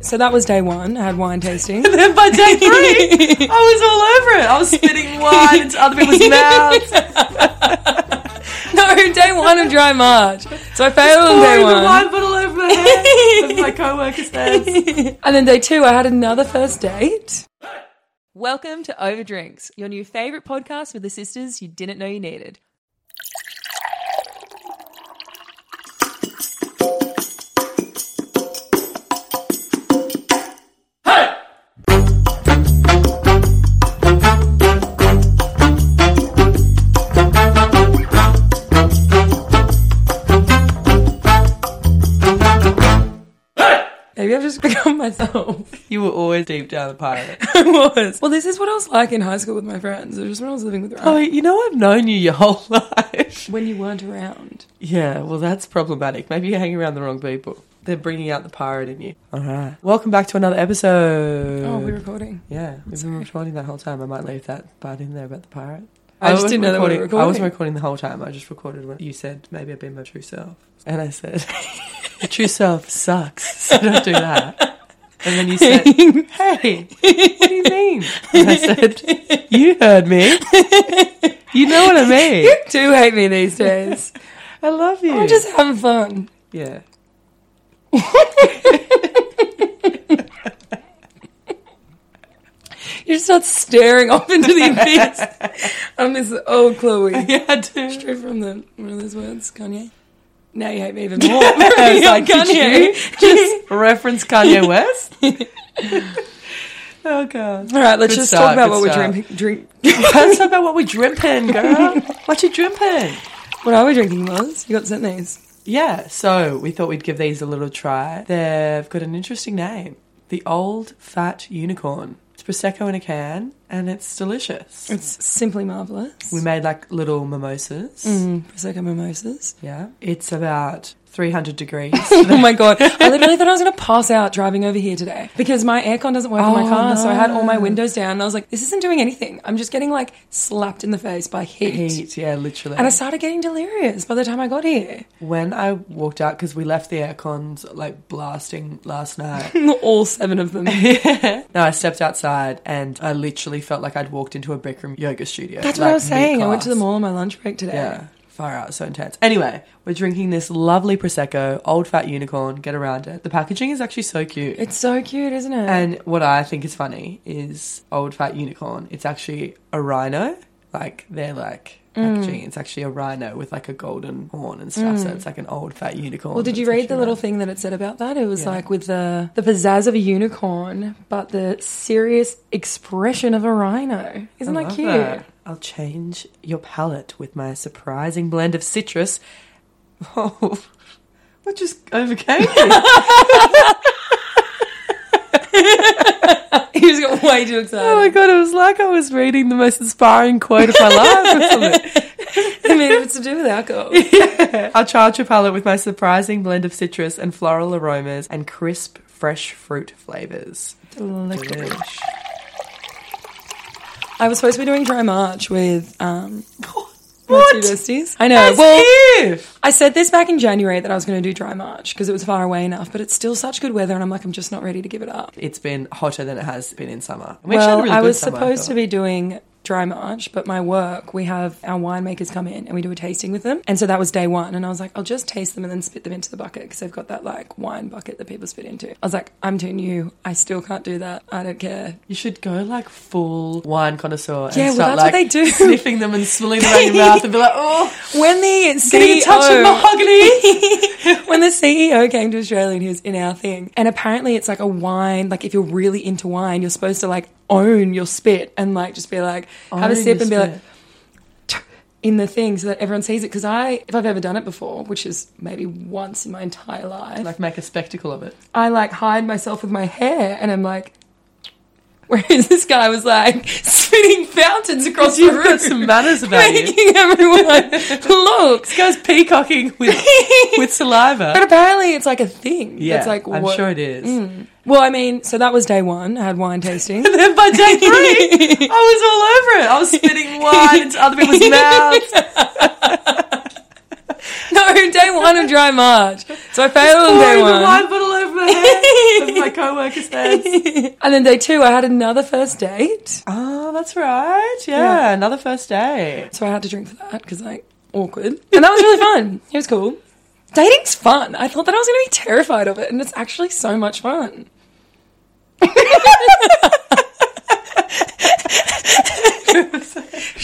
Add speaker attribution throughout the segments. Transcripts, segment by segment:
Speaker 1: So that was day one. I had wine tasting.
Speaker 2: And then by day three, I was all over it. I was spitting wine into other people's mouths.
Speaker 1: no, day one of dry March. So I failed on day
Speaker 2: pouring the
Speaker 1: one.
Speaker 2: wine bottle over the head of my co-worker's heads.
Speaker 1: And then day two, I had another first date.
Speaker 2: Welcome to Overdrinks, your new favorite podcast with the sisters you didn't know you needed.
Speaker 1: Maybe I've just become myself.
Speaker 2: You were always deep down the pilot.
Speaker 1: I was. Well, this is what I was like in high school with my friends. It was just when I was living with Ryan.
Speaker 2: Oh, you know I've known you your whole life.
Speaker 1: When you weren't around.
Speaker 2: Yeah, well, that's problematic. Maybe you're hanging around the wrong people. They're bringing out the pirate in you. All right. Welcome back to another episode.
Speaker 1: Oh, we're recording.
Speaker 2: Yeah, we've been recording that whole time. I might leave that part in there about the pirate.
Speaker 1: I just
Speaker 2: was
Speaker 1: didn't know that we were
Speaker 2: I
Speaker 1: recording.
Speaker 2: wasn't recording the whole time. I just recorded when you said maybe I've been my true self, and I said your true self sucks. So don't do that. And then you said, "Hey, what do you mean?" And I said, "You heard me. You know what I mean.
Speaker 1: You do hate me these days.
Speaker 2: I love you."
Speaker 1: I'm just having fun.
Speaker 2: yeah.
Speaker 1: You're just not staring off into the abyss. I'm this old Chloe.
Speaker 2: Yeah, I do.
Speaker 1: Straight from the one of those words, Kanye. Now you hate me even more. Yeah,
Speaker 2: I was like, did
Speaker 1: Kanye.
Speaker 2: you just reference Kanye West? oh god.
Speaker 1: All right, let's
Speaker 2: Good
Speaker 1: just
Speaker 2: start,
Speaker 1: talk about
Speaker 2: good
Speaker 1: what
Speaker 2: start.
Speaker 1: we're drinking. Drink.
Speaker 2: Tell us about what we dripping, girl. What you dripping?
Speaker 1: What I was drinking was you got sent these.
Speaker 2: Yeah, so we thought we'd give these a little try. They've got an interesting name. The old fat unicorn. It's prosecco in a can and it's delicious.
Speaker 1: It's simply marvelous.
Speaker 2: We made like little mimosas.
Speaker 1: Mm, prosecco mimosas.
Speaker 2: Yeah. It's about 300 degrees.
Speaker 1: oh my god! I literally thought I was going to pass out driving over here today because my aircon doesn't work in
Speaker 2: Oh,
Speaker 1: my car, so I had all my
Speaker 2: no.
Speaker 1: windows down. And I was like, "This isn't doing anything. I'm just getting like slapped in the face by heat."
Speaker 2: Heat, yeah, literally.
Speaker 1: And I started getting delirious by the time I got here.
Speaker 2: when I walked out, because we left the aircons like blasting last night,
Speaker 1: all seven of them.
Speaker 2: Yeah. No, I stepped outside and I literally felt like I'd walked into a Bikram yoga studio.
Speaker 1: That's what I
Speaker 2: like,
Speaker 1: was saying. I went to the
Speaker 2: mid-class.
Speaker 1: mall on my lunch break today.
Speaker 2: Yeah. Far out, so intense. Anyway, we're drinking this lovely Prosecco, old fat unicorn, get around it. The packaging is actually so cute.
Speaker 1: It's so cute, isn't it?
Speaker 2: and what I think is funny is old fat unicorn. It's actually a rhino. Like, they're like.
Speaker 1: Mm.
Speaker 2: Packaging. It's actually a rhino with like a golden horn and stuff, so it's like an old fat unicorn.
Speaker 1: well, did
Speaker 2: but
Speaker 1: you
Speaker 2: it's
Speaker 1: read
Speaker 2: actually
Speaker 1: the
Speaker 2: a
Speaker 1: little thing that it said about that? It was
Speaker 2: Yeah.
Speaker 1: like with the the pizzazz of a unicorn, but the serious expression of a rhino. Isn't
Speaker 2: I
Speaker 1: that
Speaker 2: love
Speaker 1: cute?
Speaker 2: that. I'll change your palate with my surprising blend of citrus. Oh, what just overcame you?
Speaker 1: he just got way too
Speaker 2: oh
Speaker 1: excited.
Speaker 2: my god, it was like I was reading the most inspiring quote of my life. or something.
Speaker 1: I mean, if it's to do with alcohol.
Speaker 2: I'll charge your palate with my surprising blend of citrus and floral aromas and crisp, fresh fruit flavors. Delish.
Speaker 1: I was supposed to be doing dry march with um, my two
Speaker 2: What?
Speaker 1: besties. I know.
Speaker 2: That's
Speaker 1: well,
Speaker 2: if.
Speaker 1: I said this back in January that I was going to do dry march because it was far away enough, but it's still such good weather, and I'm like, I'm just not ready to give it up.
Speaker 2: It's been hotter than it has been in summer. We actually had a
Speaker 1: well,
Speaker 2: really
Speaker 1: I
Speaker 2: good
Speaker 1: was
Speaker 2: summer, I
Speaker 1: supposed
Speaker 2: thought.
Speaker 1: to be doing dry march, but my work, we have our winemakers come in and we do a tasting with them. And so that was day one. And I was like, I'll just taste them and then spit them into the bucket because they've got that like wine bucket that people spit into. I was like, I'm too new. I still can't do that. I don't care.
Speaker 2: You should go like full wine connoisseur. And
Speaker 1: Yeah, well,
Speaker 2: start,
Speaker 1: that's what
Speaker 2: like,
Speaker 1: they do.
Speaker 2: Sniffing them and smelling them out your mouth and be like, oh,
Speaker 1: When the E
Speaker 2: getting in touch with
Speaker 1: CEO,
Speaker 2: mahogany.
Speaker 1: when the CEO came to Australia and he was in our thing, and apparently it's like a wine. Like if you're really into wine, you're supposed to like own your spit and like just be like have a
Speaker 2: Own
Speaker 1: sip
Speaker 2: your
Speaker 1: and be like
Speaker 2: spit.
Speaker 1: in the thing so that everyone sees it. Because I, if I've ever done it before, which is maybe once in my entire life,
Speaker 2: like make a spectacle of it.
Speaker 1: I like hide myself with my hair and I'm like. Whereas this guy was like spitting fountains across the
Speaker 2: You've got
Speaker 1: room,
Speaker 2: some manners about you.
Speaker 1: making everyone look.
Speaker 2: This guy's peacocking with with
Speaker 1: But
Speaker 2: saliva.
Speaker 1: apparently, it's like a thing.
Speaker 2: Yeah,
Speaker 1: it's like
Speaker 2: I'm
Speaker 1: what-
Speaker 2: sure it is.
Speaker 1: Well, I mean, so that was day one. I had wine tasting.
Speaker 2: And then by day three, I was all over it. I was spitting wine into other people's mouths.
Speaker 1: no, day one of dry March. So I failed on day
Speaker 2: pouring the
Speaker 1: one.
Speaker 2: wine bottle over the my hair with my co-worker's heads.
Speaker 1: and then day two, I had another first date.
Speaker 2: Oh, that's right. Yeah,
Speaker 1: Yeah.
Speaker 2: another first date.
Speaker 1: So I had to drink for that because, like, awkward. And that was really fun. It was cool. Dating's fun. I thought that I was going to be terrified of it, and it's actually so much fun.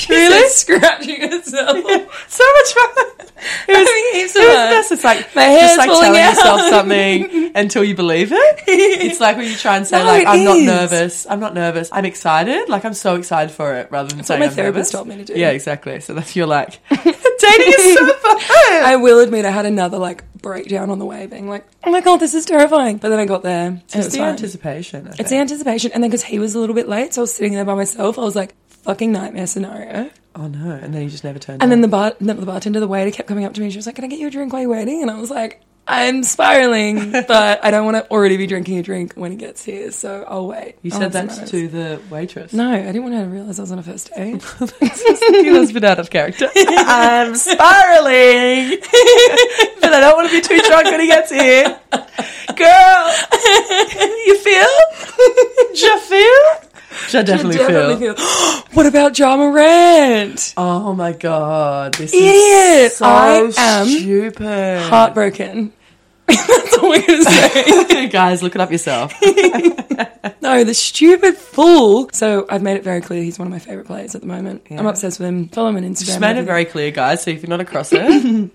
Speaker 1: really? Scratching herself.
Speaker 2: So much fun. It was,
Speaker 1: Having heaps
Speaker 2: it
Speaker 1: of
Speaker 2: was
Speaker 1: fun.
Speaker 2: best. It's like
Speaker 1: My
Speaker 2: just
Speaker 1: hair's
Speaker 2: like
Speaker 1: falling
Speaker 2: telling
Speaker 1: out.
Speaker 2: yourself something until you believe it. It's like when you try and say
Speaker 1: No,
Speaker 2: like
Speaker 1: it
Speaker 2: I'm not
Speaker 1: is.
Speaker 2: nervous. I'm not nervous. I'm excited. Like I'm so excited for it rather than
Speaker 1: what
Speaker 2: saying
Speaker 1: my
Speaker 2: I'm
Speaker 1: therapist
Speaker 2: nervous.
Speaker 1: told me to do.
Speaker 2: Yeah, exactly. So that's you're like dating is so fun.
Speaker 1: I will admit I had another like breakdown on the way, being like, "Oh my god, this is terrifying." But then I got there. and it
Speaker 2: It's
Speaker 1: was
Speaker 2: the
Speaker 1: fine.
Speaker 2: anticipation. I
Speaker 1: It's the
Speaker 2: think.
Speaker 1: anticipation, and then because he was a little bit late, so I was sitting there by myself. I was like, "Fucking nightmare scenario."
Speaker 2: oh no, and then you just never turned.
Speaker 1: And then
Speaker 2: up.
Speaker 1: the bar, no, the bartender, the waiter kept coming up to me. and She was like, "Can I get you a drink while you're waiting?" And I was like, "I'm spiraling, but I don't want to already be drinking a drink when he gets here, so I'll wait."
Speaker 2: you
Speaker 1: I'll have
Speaker 2: said
Speaker 1: some
Speaker 2: that
Speaker 1: rose.
Speaker 2: to the waitress.
Speaker 1: No, I didn't want her to realize I was on a first date.
Speaker 2: you must have been out of character. I'm spiraling, but I don't want to be too drunk when he gets here. Girl, you feel? Do you feel? Do I definitely, feel?
Speaker 1: what about drama rant?
Speaker 2: Oh my god, this
Speaker 1: Idiot.
Speaker 2: is so
Speaker 1: I am
Speaker 2: stupid.
Speaker 1: Heartbroken. That's all we're gonna say.
Speaker 2: Guys, look it up yourself.
Speaker 1: No, the stupid fool. So I've made it very clear he's one of my favourite players at the moment. I'm obsessed with him. Follow him on Instagram.
Speaker 2: Just made it
Speaker 1: everything.
Speaker 2: very clear, guys. So if you're not across it,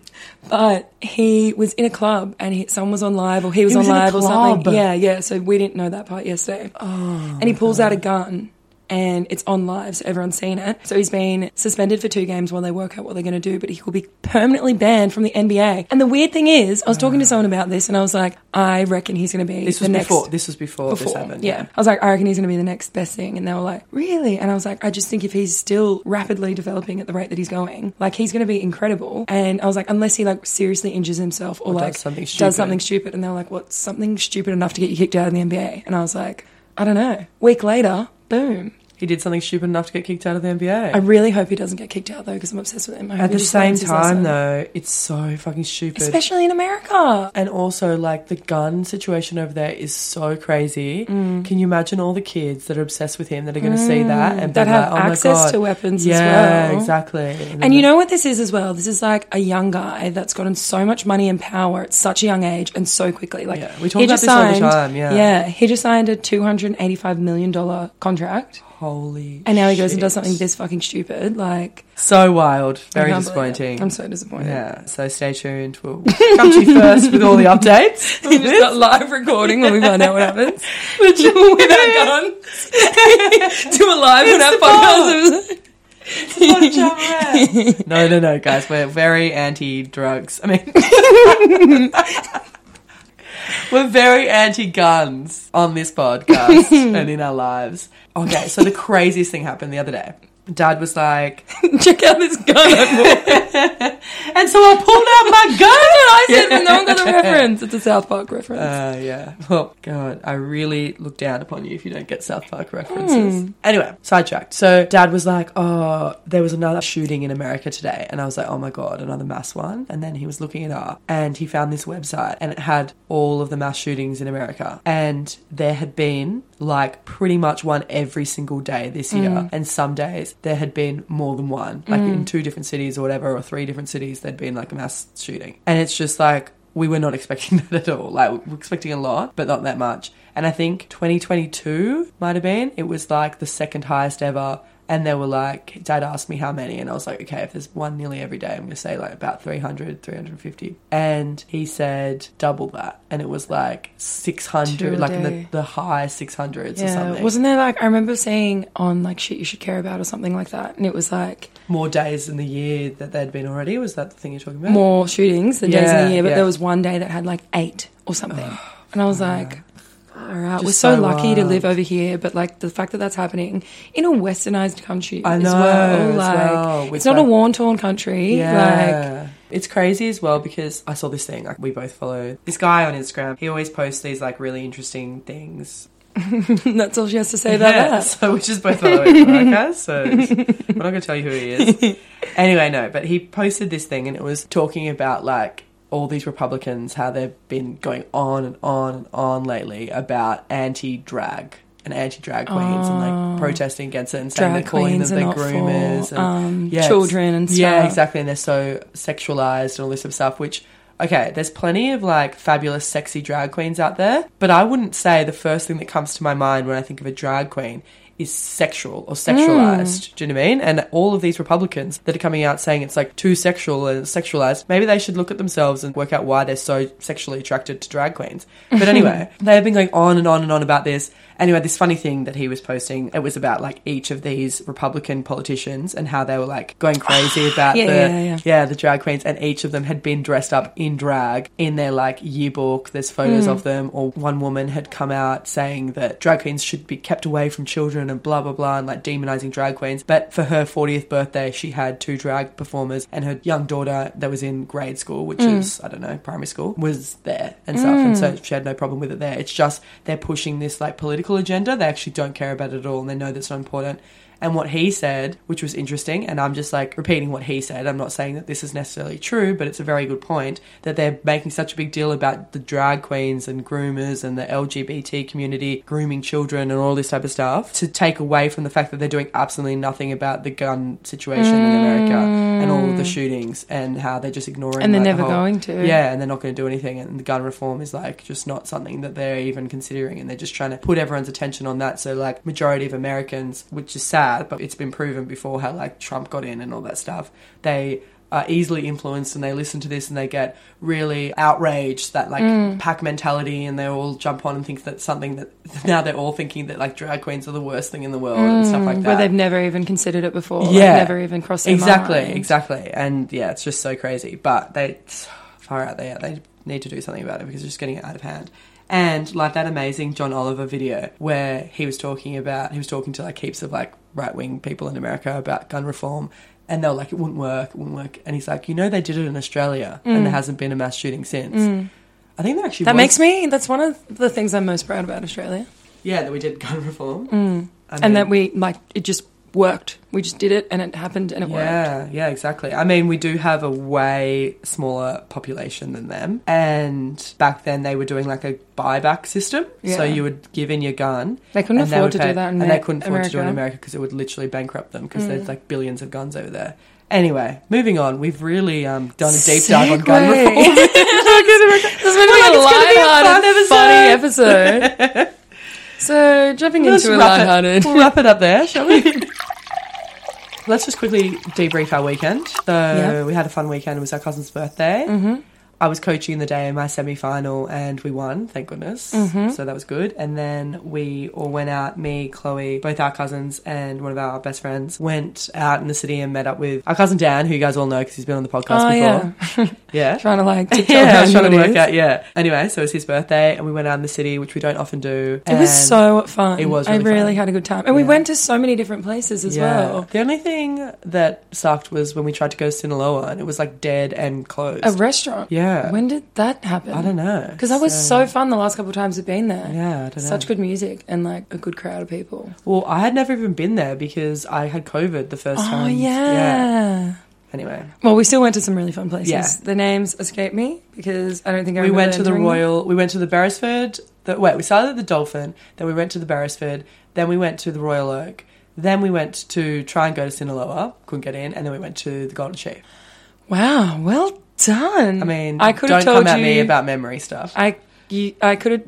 Speaker 1: But he was in a club and he, someone was on live or he was,
Speaker 2: He was
Speaker 1: on
Speaker 2: in a
Speaker 1: live or something.
Speaker 2: club. Oh,
Speaker 1: Yeah, yeah. So we didn't know that part yesterday. and he pulls out a gun and it's on live, so everyone's seen it. So he's been suspended for two games while they work out what they're going to do, but he will be permanently banned from the NBA. And the weird thing is, I was talking to someone about this and I was like, I reckon he's going to be
Speaker 2: Ah. this
Speaker 1: the
Speaker 2: was
Speaker 1: next.
Speaker 2: before. This was before, this
Speaker 1: before.
Speaker 2: happened.
Speaker 1: yeah. I was like, I reckon he's going to be the next best thing. And they were like, really? And I was like, I just think if he's still rapidly developing at the rate that he's going, like he's going to be incredible. And I was like, unless he like seriously injures himself or,
Speaker 2: does
Speaker 1: like
Speaker 2: something
Speaker 1: does
Speaker 2: stupid.
Speaker 1: something stupid. And they were like, what's something stupid enough to get you kicked out of the NBA? And I was like, I don't know. Week later, boom.
Speaker 2: He did something stupid enough to get kicked out of the NBA.
Speaker 1: I really hope he doesn't get kicked out though, because I'm obsessed with him. I hope
Speaker 2: At
Speaker 1: he
Speaker 2: the
Speaker 1: just
Speaker 2: same
Speaker 1: learns his lesson.
Speaker 2: time, though, it's so fucking stupid.
Speaker 1: especially in America.
Speaker 2: and also, like, the gun situation over there is so crazy.
Speaker 1: Mm.
Speaker 2: Can you imagine all the kids that are obsessed with him that are going to see that and be
Speaker 1: That have
Speaker 2: like, oh my
Speaker 1: access
Speaker 2: God.
Speaker 1: to weapons as
Speaker 2: yeah,
Speaker 1: well.
Speaker 2: exactly.
Speaker 1: And you know what this is as well? This is like a young guy that's gotten so much money and power at such a young age and so quickly. Like
Speaker 2: Yeah, we talk about this all the time, yeah.
Speaker 1: he just signed a two hundred and eighty-five million dollar contract,
Speaker 2: holy.
Speaker 1: and now he goes and does
Speaker 2: shit.
Speaker 1: something this fucking stupid. Like
Speaker 2: so wild,
Speaker 1: I
Speaker 2: very
Speaker 1: can't believe it.
Speaker 2: disappointing.
Speaker 1: I'm so disappointed.
Speaker 2: yeah, so stay tuned. We'll come to you first with all the updates.
Speaker 1: We just got live recording when we find out what happens. With our guns. Do a live with our podcast.
Speaker 2: no, no, no, guys. We're very anti drugs. I mean, we're very anti guns on this podcast and in our lives. Okay, so the craziest thing happened the other day. Dad was like,
Speaker 1: Check out this gun. I bought.
Speaker 2: and so I pulled out my gun.
Speaker 1: I said, but no one got the reference. It's a South Park reference.
Speaker 2: Uh, yeah. Well, God, I really look down upon you if you don't get South Park references. Anyway, sidetracked. So Dad was like, "Oh, there was another shooting in America today," and I was like, "Oh my God, another mass one!" And then he was looking it up, and he found this website, and it had all of the mass shootings in America, and there had been like pretty much one every single day this year,
Speaker 1: Mm.
Speaker 2: and some days there had been more than one, like in two different cities or whatever, or three different cities, there'd been like a mass shooting, and it's just like we were not expecting that at all. Like we were expecting a lot, but not that much. And I think 2022 might have been. It was like the second highest ever. And they were like, Dad asked me how many, and I was like, okay, if there's one nearly every day, I'm going to say like about 300, 350. And he said double that, and it was like 600,
Speaker 1: Two a
Speaker 2: like in the,
Speaker 1: day.
Speaker 2: the high 600s or something.
Speaker 1: Wasn't there like I remember seeing on like shit you should care about or something like that, and it was like
Speaker 2: More days in the year that they'd been already. Was that the thing you're talking about?
Speaker 1: more shootings than days in
Speaker 2: Yeah,
Speaker 1: the year, but
Speaker 2: yeah.
Speaker 1: there was one day that had like eight or something, and I was like. All right, we're so,
Speaker 2: so
Speaker 1: lucky to
Speaker 2: wild.
Speaker 1: live over here, but like the fact that that's happening in a westernized country
Speaker 2: I
Speaker 1: as
Speaker 2: know,
Speaker 1: well,
Speaker 2: as
Speaker 1: like
Speaker 2: well, with,
Speaker 1: it's not
Speaker 2: like-
Speaker 1: a war torn country. Like
Speaker 2: it's crazy as well because I saw this thing. Like, we both follow this guy on Instagram. He always posts these like really interesting things.
Speaker 1: that's all she has to say about
Speaker 2: Yeah,
Speaker 1: that.
Speaker 2: So we just both follow him, okay? So I'm not gonna tell you who he is. Anyway, no, but he posted this thing and it was talking about like all these Republicans, how they've been going on and on and on lately about anti drag and anti drag queens and like protesting against it and saying
Speaker 1: Oh. Drag
Speaker 2: they're calling them
Speaker 1: queens are
Speaker 2: their
Speaker 1: not for,
Speaker 2: groomers and
Speaker 1: um,
Speaker 2: it's-
Speaker 1: children and
Speaker 2: Yeah,
Speaker 1: stuff.
Speaker 2: exactly. And they're so sexualized and all this sort of stuff, which okay, there's plenty of like fabulous sexy drag queens out there, but I wouldn't say the first thing that comes to my mind when I think of a drag queen is sexual or sexualized. Do you know what I mean? And all of these Republicans that are coming out saying it's like too sexual and sexualized, maybe they should look at themselves and work out why they're so sexually attracted to drag queens. But anyway, they have been going on and on and on about this. Anyway, this funny thing that he was posting, it was about like each of these Republican politicians and how they were like going crazy about
Speaker 1: Yeah,
Speaker 2: the
Speaker 1: yeah, yeah.
Speaker 2: yeah, the drag queens, and each of them had been dressed up in drag in their like yearbook. There's photos
Speaker 1: Mm.
Speaker 2: of them, or one woman had come out saying that drag queens should be kept away from children and blah blah blah, and like demonizing drag queens. But for her 40th birthday, she had two drag performers, and her young daughter that was in grade school, which
Speaker 1: Mm.
Speaker 2: is I don't know primary school, was there and stuff, and so she had no problem with it there. It's just they're pushing this like political agenda. They actually don't care about it at all, and they know that's not important. And what he said, which was interesting, and I'm just like repeating what he said. I'm not saying that this is necessarily true, but it's a very good point that they're making such a big deal about the drag queens and groomers and the LGBT community grooming children and all this type of stuff to take away from the fact that they're doing absolutely nothing about the gun situation in America and all of the shootings and how they're just ignoring
Speaker 1: Mm. And they're
Speaker 2: like,
Speaker 1: never
Speaker 2: the whole-
Speaker 1: going to.
Speaker 2: yeah, and they're not going to do anything. And the gun reform is like just not something that they're even considering. And they're just trying to put everyone's attention on that. So, like, majority of Americans, which is sad, but it's been proven before how like Trump got in and all that stuff, they are easily influenced and they listen to this and they get really outraged that like pack mentality and they all jump on and think that's something that now they're all thinking that like drag queens are the worst thing in the world and stuff like that
Speaker 1: Where Mm. they've never even considered it before. like, never even crossed their
Speaker 2: exactly,
Speaker 1: mind.
Speaker 2: exactly. And yeah, it's just so crazy. But they it's far out there. They need to do something about it because it's just getting out of hand. And like that amazing John Oliver video where he was talking about he was talking to like heaps of like right wing people in America about gun reform. And they were like, it wouldn't work, it wouldn't work. And he's like, you know, they did it in Australia and there hasn't been a mass shooting since. I think there actually
Speaker 1: Mm. That
Speaker 2: was-
Speaker 1: makes me, that's one of the things I'm most proud about Australia.
Speaker 2: yeah that we did gun reform Mm. I mean-
Speaker 1: and that we, like, it just worked. We just did it and it happened and it worked.
Speaker 2: Yeah, yeah, exactly. I mean, we do have a way smaller population than them. And back then they were doing like a buyback system.
Speaker 1: Yeah.
Speaker 2: So you would give in your gun.
Speaker 1: They couldn't
Speaker 2: and
Speaker 1: afford
Speaker 2: would
Speaker 1: to do that in
Speaker 2: And they
Speaker 1: Amer-
Speaker 2: couldn't afford to do it
Speaker 1: America.
Speaker 2: in
Speaker 1: Mm.
Speaker 2: America because it would literally bankrupt them because there's like billions of guns over there. Anyway, moving on. We've really um, done a deep dive on gun
Speaker 1: Segue.
Speaker 2: reform.
Speaker 1: this is meant to be
Speaker 2: like,
Speaker 1: a
Speaker 2: Oh, it's gonna be a
Speaker 1: lighthearted, funny episode. so, jumping
Speaker 2: Let's
Speaker 1: into a
Speaker 2: wrap it-
Speaker 1: lighthearted.
Speaker 2: We'll wrap it up there, shall we? Let's just quickly debrief our weekend. So
Speaker 1: Yeah.
Speaker 2: we had a fun weekend. It was our cousin's birthday. Mm-hmm. I was coaching the day in my semi-final, and we won. Thank goodness.
Speaker 1: Mm-hmm.
Speaker 2: So that was good. And then we all went out. Me, Chloe, both our cousins, and one of our best friends went out in the city and met up with our cousin Dan, who you guys all know because he's been on the
Speaker 1: Oh,
Speaker 2: podcast
Speaker 1: yeah.
Speaker 2: before. Yeah,
Speaker 1: Trying to, like, TikTok
Speaker 2: yeah, I
Speaker 1: how
Speaker 2: was trying
Speaker 1: good
Speaker 2: to
Speaker 1: it
Speaker 2: work
Speaker 1: is.
Speaker 2: out. Yeah. Anyway, so it was his birthday, and we went out in the city, which we don't often do.
Speaker 1: It was
Speaker 2: and-
Speaker 1: so fun.
Speaker 2: It was
Speaker 1: I
Speaker 2: really
Speaker 1: really
Speaker 2: fun.
Speaker 1: had a good time. And we
Speaker 2: Yeah.
Speaker 1: went to so many different places as well.
Speaker 2: The only thing that sucked was when we tried to go to Sinaloa and it was like dead and closed.
Speaker 1: A restaurant.
Speaker 2: Yeah.
Speaker 1: When did that happen?
Speaker 2: I don't know.
Speaker 1: Because that was so fun the last couple of times we've been there.
Speaker 2: Yeah, uh, I don't know.
Speaker 1: Such good music and like a good crowd of people.
Speaker 2: Well, I had never even been there because I had COVID the first
Speaker 1: Oh,
Speaker 2: time.
Speaker 1: yeah.
Speaker 2: Anyway,
Speaker 1: Well, we still went to some really fun places.
Speaker 2: Yeah.
Speaker 1: The names escape me because I don't think I
Speaker 2: we
Speaker 1: remember
Speaker 2: went to the
Speaker 1: entering them.
Speaker 2: Royal. We went to the Beresford. The, wait, we started at the Dolphin. Then we went to the Beresford. Then we went to the Royal Oak. Then we went to try and go to Sinaloa. Couldn't get in. And then we went to the Golden Sheep.
Speaker 1: Wow, well done.
Speaker 2: I mean,
Speaker 1: I could
Speaker 2: don't
Speaker 1: have told
Speaker 2: come at
Speaker 1: you
Speaker 2: me about memory stuff.
Speaker 1: I you, I could have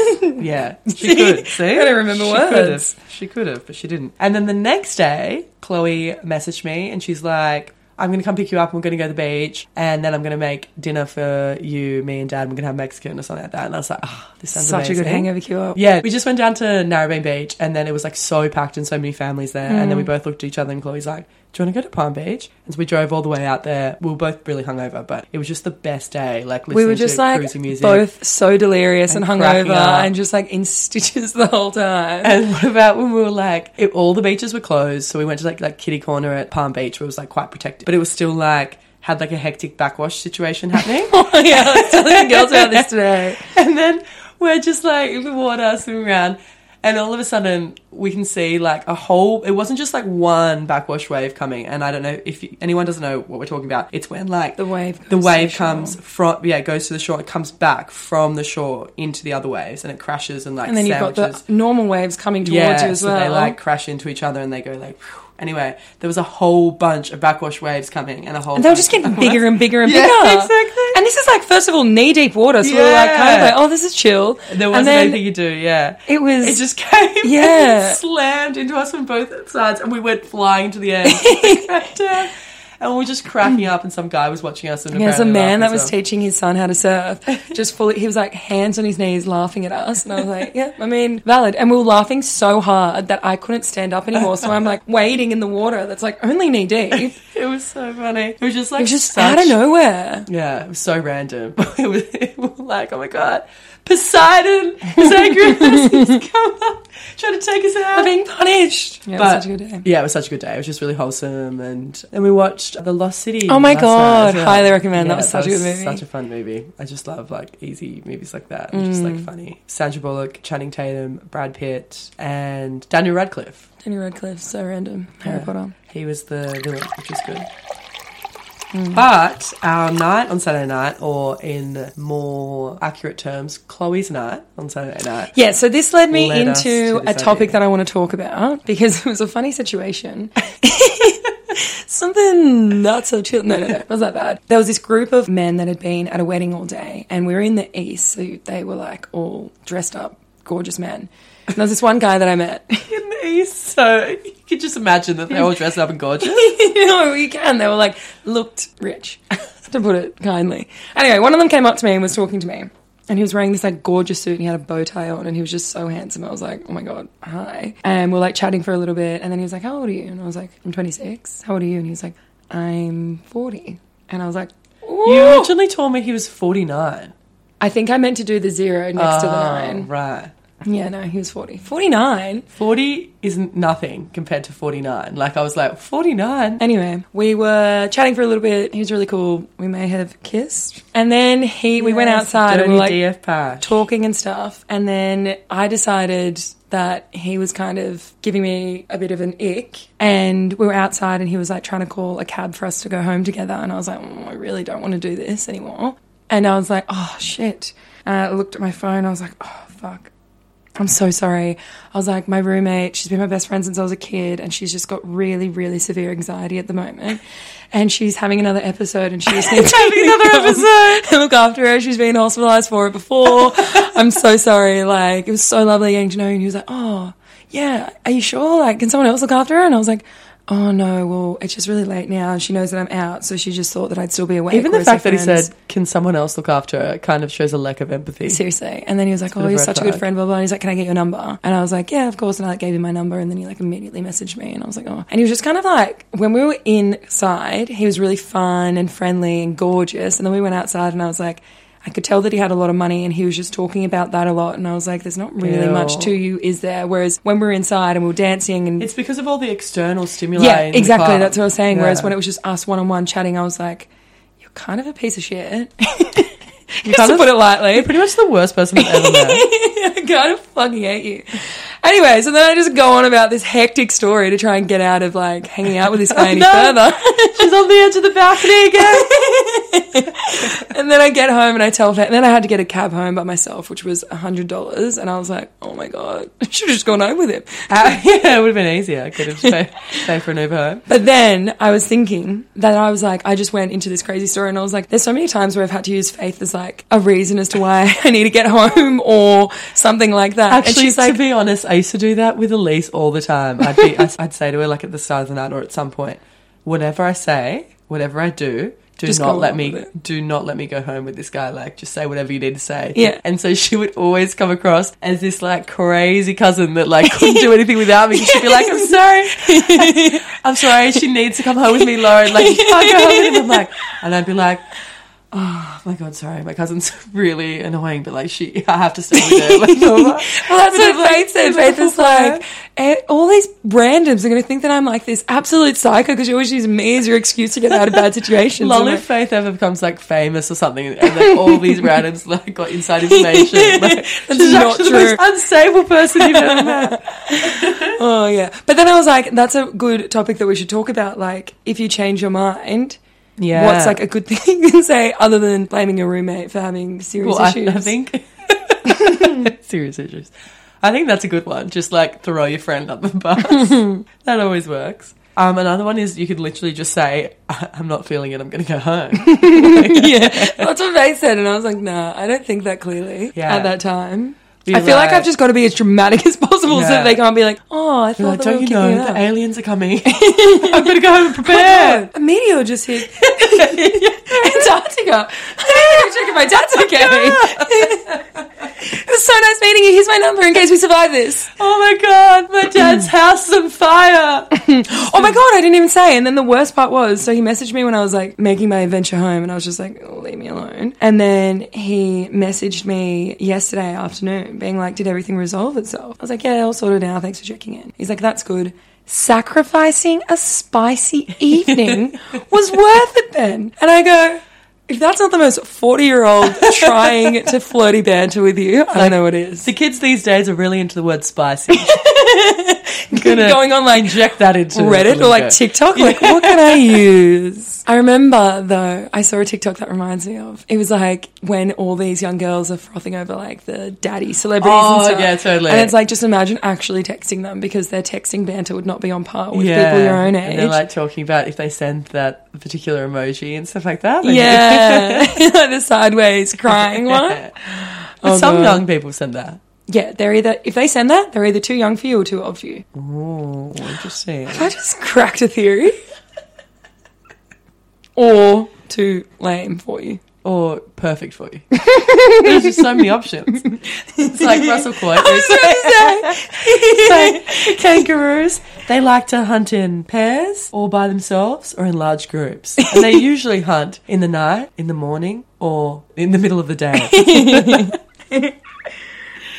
Speaker 2: Yeah, she could. See,
Speaker 1: I don't remember
Speaker 2: she
Speaker 1: words.
Speaker 2: Could have. She could have, but she didn't. And then the next day, Chloe messaged me, and she's like, "I'm gonna come pick you up. and We're gonna go to the beach, and then I'm gonna make dinner for you, me, and Dad. We're gonna have Mexican or something like that." And I was like, "Ah, this sounds
Speaker 1: such a good
Speaker 2: amazing."
Speaker 1: hangover cure.
Speaker 2: Yeah, we just went down to Narrabeen Beach, and then it was like so packed and so many families there. And then we both looked at each other, and Chloe's like, "Do you want to go to Palm Beach?" And so we drove all the way out there. We were both really hungover, but it was just the best day. Like
Speaker 1: we
Speaker 2: listening
Speaker 1: were just
Speaker 2: to
Speaker 1: like
Speaker 2: cruisy music.
Speaker 1: both so delirious and,
Speaker 2: and cracking
Speaker 1: hungover
Speaker 2: up.
Speaker 1: and just like in stitches the whole time.
Speaker 2: And what about when we were like, it, all the beaches were closed, so we went to like like Kitty Corner at Palm Beach, where it was like quite protected, but it was still like had like a hectic backwash situation happening.
Speaker 1: yeah, I was telling the girls about this today.
Speaker 2: and then we're just like in the water swimming around, And all of a sudden, we can see like a whole. It wasn't just like one backwash wave coming. And I don't know if you, anyone doesn't know what we're talking about. It's when like
Speaker 1: The wave goes
Speaker 2: the
Speaker 1: to
Speaker 2: wave
Speaker 1: the shore.
Speaker 2: comes from yeah, it goes to the shore. It comes back from the shore into the other waves, and it crashes and like
Speaker 1: And then you've
Speaker 2: sandwiches.
Speaker 1: got the normal waves coming towards
Speaker 2: yeah,
Speaker 1: you as
Speaker 2: so
Speaker 1: well.
Speaker 2: they like crash into each other and they go like. phew. Anyway, there was a whole bunch of backwash waves coming, and a whole.
Speaker 1: and they were
Speaker 2: bunch
Speaker 1: just
Speaker 2: of
Speaker 1: getting
Speaker 2: backwash-
Speaker 1: bigger and bigger and
Speaker 2: Yeah,
Speaker 1: bigger.
Speaker 2: exactly.
Speaker 1: And this is like, first of all, knee deep water. So we were like, kind of
Speaker 2: Yeah.
Speaker 1: like, oh, this is chill.
Speaker 2: There
Speaker 1: and
Speaker 2: wasn't
Speaker 1: then
Speaker 2: anything you do, yeah.
Speaker 1: it was.
Speaker 2: It just came
Speaker 1: Yeah.
Speaker 2: and slammed into us from both sides, and we went flying to the end. It cracked down, and we were just cracking up, and some guy was watching us. And
Speaker 1: There's a
Speaker 2: apparently
Speaker 1: man that
Speaker 2: laughing
Speaker 1: was
Speaker 2: as well.
Speaker 1: teaching his son how to surf. Just fully, he was like hands on his knees, laughing at us, and I was like, "Yeah, I mean, valid." And we were laughing so hard that I couldn't stand up anymore. So I'm like wading in the water that's like only knee deep. It
Speaker 2: It was so funny. It was just like
Speaker 1: was just
Speaker 2: such-
Speaker 1: out of nowhere.
Speaker 2: Yeah, it was so random. it, was, it was like, oh my god, Poseidon is angry at us. He's come up, trying to take us
Speaker 1: I'm
Speaker 2: out.
Speaker 1: being punished. Yeah, it was
Speaker 2: But-
Speaker 1: such a good day.
Speaker 2: yeah, it was such a good day. It was just really wholesome, and and we watched The Lost City.
Speaker 1: Oh my
Speaker 2: last night
Speaker 1: God,
Speaker 2: as
Speaker 1: highly recommend. That was such a good movie.
Speaker 2: Such a fun movie. I just love like easy movies like that. and Just like
Speaker 1: Mm.
Speaker 2: funny. Sandra Bullock, Channing Tatum, Brad Pitt, and Daniel Radcliffe.
Speaker 1: Danny Radcliffe, so random. Harry
Speaker 2: Yeah.
Speaker 1: Potter.
Speaker 2: He was the villain, which is good. Hmm. But our night on Saturday night, or in more accurate terms, Chloe's night on Saturday night.
Speaker 1: Yeah, so this led me
Speaker 2: Led us
Speaker 1: into
Speaker 2: to
Speaker 1: a
Speaker 2: this
Speaker 1: topic
Speaker 2: idea.
Speaker 1: that I want to talk about because it was a funny situation. Something not so chill. No, no, no, it was that bad. There was this group of men that had been at a wedding all day, and we were in the east, so they were like all dressed up, gorgeous men. And there was this one guy that I met.
Speaker 2: In the East, so you could just imagine that they're all dressed up and gorgeous.
Speaker 1: you know, you can. They were like, looked rich, to put it kindly. Anyway, one of them came up to me and was talking to me. And he was wearing this like gorgeous suit and he had a bow tie on and he was just so handsome. I was like, oh my God, hi. And we're like chatting for a little bit. And then he was like, how old are you? And I was like, I'm 26. How old are you? And he was like, I'm 40. And I was like,
Speaker 2: You
Speaker 1: Ooh.
Speaker 2: originally told me he was 49.
Speaker 1: I think I meant to do the zero next to the
Speaker 2: Ah,
Speaker 1: nine.
Speaker 2: Right.
Speaker 1: Yeah, no, he was 40. 49?
Speaker 2: 40 is n- nothing compared to 49. Like, I was like, 49?
Speaker 1: Anyway, we were chatting for a little bit. He was really cool. We may have kissed. And then he, we went outside and we were like
Speaker 2: DF Pash.
Speaker 1: talking and stuff. And then I decided that he was kind of giving me a bit of an ick. And we were outside and he was like trying to call a cab for us to go home together. And I was like, "Mm, I really don't want to do this anymore. And I was like, oh shit. And I looked at my phone. I was like, oh fuck. I'm so sorry. I was like, my roommate, she's been my best friend since I was a kid, and she's just got really, really severe anxiety at the moment. And she's having another episode, and she just needs
Speaker 2: Having another
Speaker 1: episode. Look after her. She's been hospitalized for it before. I'm so sorry. Like, it was so lovely getting to know you. And he was like, oh, yeah, are you sure? Like, can someone else look after her? And I was like, oh, no, well, it's just really late now. and She knows that I'm out, so she just thought that I'd still be awake.
Speaker 2: Even the
Speaker 1: We're still
Speaker 2: fact that he
Speaker 1: friends.
Speaker 2: said, "Can someone else look after her?" kind of shows a lack of empathy.
Speaker 1: Seriously. And then he was like,
Speaker 2: a bit
Speaker 1: Oh,
Speaker 2: of
Speaker 1: you're
Speaker 2: red
Speaker 1: such a good
Speaker 2: flag.
Speaker 1: friend, blah, blah. And he's like, Can I get your number? And I was like, Yeah, of course. And I like, gave him my number. And then he like immediately messaged me. And I was like, Oh. And he was just kind of like, when we were inside, he was really fun and friendly and gorgeous. And then we went outside and I was like, I could tell that he had a lot of money and he was just talking about that a lot. And I was like, There's not really
Speaker 2: Ew.
Speaker 1: much to you, is there? Whereas when we were inside and we were dancing and
Speaker 2: It's because of all the external stimuli.
Speaker 1: yeah,
Speaker 2: in the
Speaker 1: exactly.
Speaker 2: club.
Speaker 1: That's what I was saying. Whereas
Speaker 2: Yeah.
Speaker 1: when it was just us one on one chatting, I was like, You're kind of a piece of shit. you
Speaker 2: kind
Speaker 1: to
Speaker 2: of-
Speaker 1: put it lightly.
Speaker 2: you're pretty much the worst person I've ever met.
Speaker 1: I kind of fucking hate you. Anyway, so then I just go on about this hectic story to try and get out of like hanging out with this guy any
Speaker 2: Oh, No.
Speaker 1: further.
Speaker 2: She's on the edge of the balcony again.
Speaker 1: and then I get home and I tell her, and then I had to get a cab home by myself, which was $100. And I was like, oh my God, I should have just gone home with him.
Speaker 2: Uh, yeah, it would have been easier. I could have just paid, paid for an Uber home.
Speaker 1: But then I was thinking that I was like, I just went into this crazy story and I was like, there's so many times where I've had to use faith as like a reason as to why I need to get home or something like that.
Speaker 2: Actually,
Speaker 1: and she's like,
Speaker 2: to be honest, I used to do that with Elise all the time. I'd, be, I'd, I'd say to her, like at the start of the night or at some point, whatever I say, whatever I do, do
Speaker 1: Just go
Speaker 2: not let
Speaker 1: along
Speaker 2: me
Speaker 1: with it."
Speaker 2: do not let me go home with this guy. Like, just say whatever you need to say.
Speaker 1: Yeah.
Speaker 2: And so she would always come across as this like crazy cousin that like couldn't do anything without me. She'd be like, "I'm sorry, I'm sorry. She needs to come home with me, Lauren. Like, you can't go home with him." I'm like, and I'd be like. Oh my god, sorry, my cousin's really annoying, but like she, I have to stay with her. Like, no,
Speaker 1: well, that's
Speaker 2: But
Speaker 1: what
Speaker 2: it's like-
Speaker 1: Faith said.
Speaker 2: it's like,
Speaker 1: Faith is like, eh, all these randoms are going to think that I'm like this absolute psycho because you always use me as your excuse to get out of bad situations.
Speaker 2: Lol,
Speaker 1: I'm
Speaker 2: if Faith ever becomes like famous or something, and like all these randoms like got inside information, like,
Speaker 1: That's
Speaker 2: she's
Speaker 1: not
Speaker 2: actually
Speaker 1: true.
Speaker 2: the most unstable person you've ever met.
Speaker 1: like, oh yeah. But then I was like, that's a good topic that we should talk about. Like, if you change your mind,
Speaker 2: Yeah,
Speaker 1: what's like a good thing you can say other than blaming your roommate for having serious
Speaker 2: well, I,
Speaker 1: issues?
Speaker 2: I think serious issues. I think that's a good one. Just like throw your friend up the bus. that always works. Um, another one is you could literally just say, I- "I'm not feeling it. I'm going to go home."
Speaker 1: yeah, that's what they said, and I was like, nah, I don't think that clearly
Speaker 2: Yeah.
Speaker 1: at that time.
Speaker 2: Be
Speaker 1: I feel like, I've just got to be as dramatic as possible so
Speaker 2: Yeah.
Speaker 1: that they can't be like, oh, I
Speaker 2: Be
Speaker 1: thought
Speaker 2: like,
Speaker 1: that
Speaker 2: don't
Speaker 1: we were
Speaker 2: you know
Speaker 1: kicking
Speaker 2: the
Speaker 1: it up."
Speaker 2: aliens are coming? I'm going to go home and prepare.
Speaker 1: Oh, a meteor just hit Antarctica. I'm checking my dad's okay. it was so nice meeting you. Here's my number in case we survive this.
Speaker 2: Oh my god, my dad's house is on fire.
Speaker 1: Oh my god, I didn't even say. And then the worst part was, so he messaged me when I was like making my adventure home, and I was just like, "Oh, leave me alone. And then he messaged me yesterday afternoon, being like, did everything resolve itself? I was like, yeah, all sorted now. Thanks for checking in. He's like, that's good. Sacrificing a spicy evening was worth it then. And I go. If that's not the most 40 year old trying to flirty banter with you, I don't know what is.
Speaker 2: The kids these days are really into the word spicy. gonna
Speaker 1: Going on like
Speaker 2: inject that into
Speaker 1: Reddit or like
Speaker 2: tick.
Speaker 1: TikTok. Like, what can I use? I remember though, I saw a TikTok that reminds me of. It was like when all these young girls are frothing over like the daddy celebrities and
Speaker 2: Oh,
Speaker 1: stuff.
Speaker 2: yeah, totally.
Speaker 1: And it's like, just imagine actually texting them because their texting banter would not be on par with
Speaker 2: yeah.
Speaker 1: people your own age.
Speaker 2: And they're like talking about if they send that particular emoji and stuff like that. they-
Speaker 1: yeah, like the sideways crying one.
Speaker 2: But
Speaker 1: Oh,
Speaker 2: some
Speaker 1: God.
Speaker 2: young people send that.
Speaker 1: Yeah, they're either if they send that, they're either too young for you or too old for you.
Speaker 2: Oh, interesting.
Speaker 1: I just cracked a theory, or too lame for you.
Speaker 2: or perfect for you. There's just so many options. It's like Russell Crowe. So, kangaroos, they like to hunt in pairs or by themselves or in large groups. And they usually hunt in the night, in the morning, or in the middle of the day.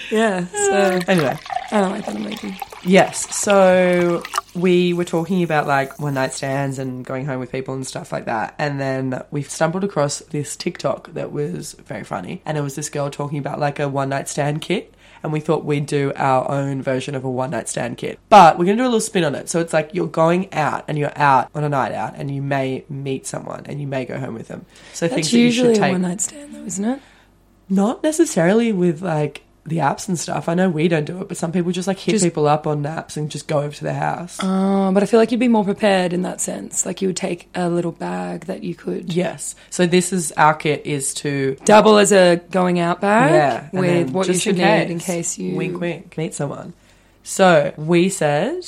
Speaker 1: Yeah, so
Speaker 2: anyway,
Speaker 1: I don't like that emoji.
Speaker 2: yes. So we were talking about like one night stands and going home with people and stuff like that. And then we stumbled across this TikTok that was very funny. And it was this girl talking about like a one night stand kit. And we thought we'd do our own version of a one night stand kit. But we're going to do a little spin on it. So it's like you're going out and you're out on a night out and you may meet someone and you may go home with them. So things
Speaker 1: That's
Speaker 2: that you should
Speaker 1: usually a
Speaker 2: take.
Speaker 1: one night stand, though, isn't it?
Speaker 2: Not necessarily with like the apps and stuff. I know we don't do it, but some people just like hit
Speaker 1: Just-
Speaker 2: people up on apps and just go over to their house.
Speaker 1: Oh, but I feel like you'd be more prepared in that sense. Like you would take a little bag that you could
Speaker 2: yes. So this is our kit is to
Speaker 1: double as a going out bag
Speaker 2: yeah and
Speaker 1: with
Speaker 2: then
Speaker 1: what you
Speaker 2: just
Speaker 1: should need in case you.
Speaker 2: wink wink meet someone. So we said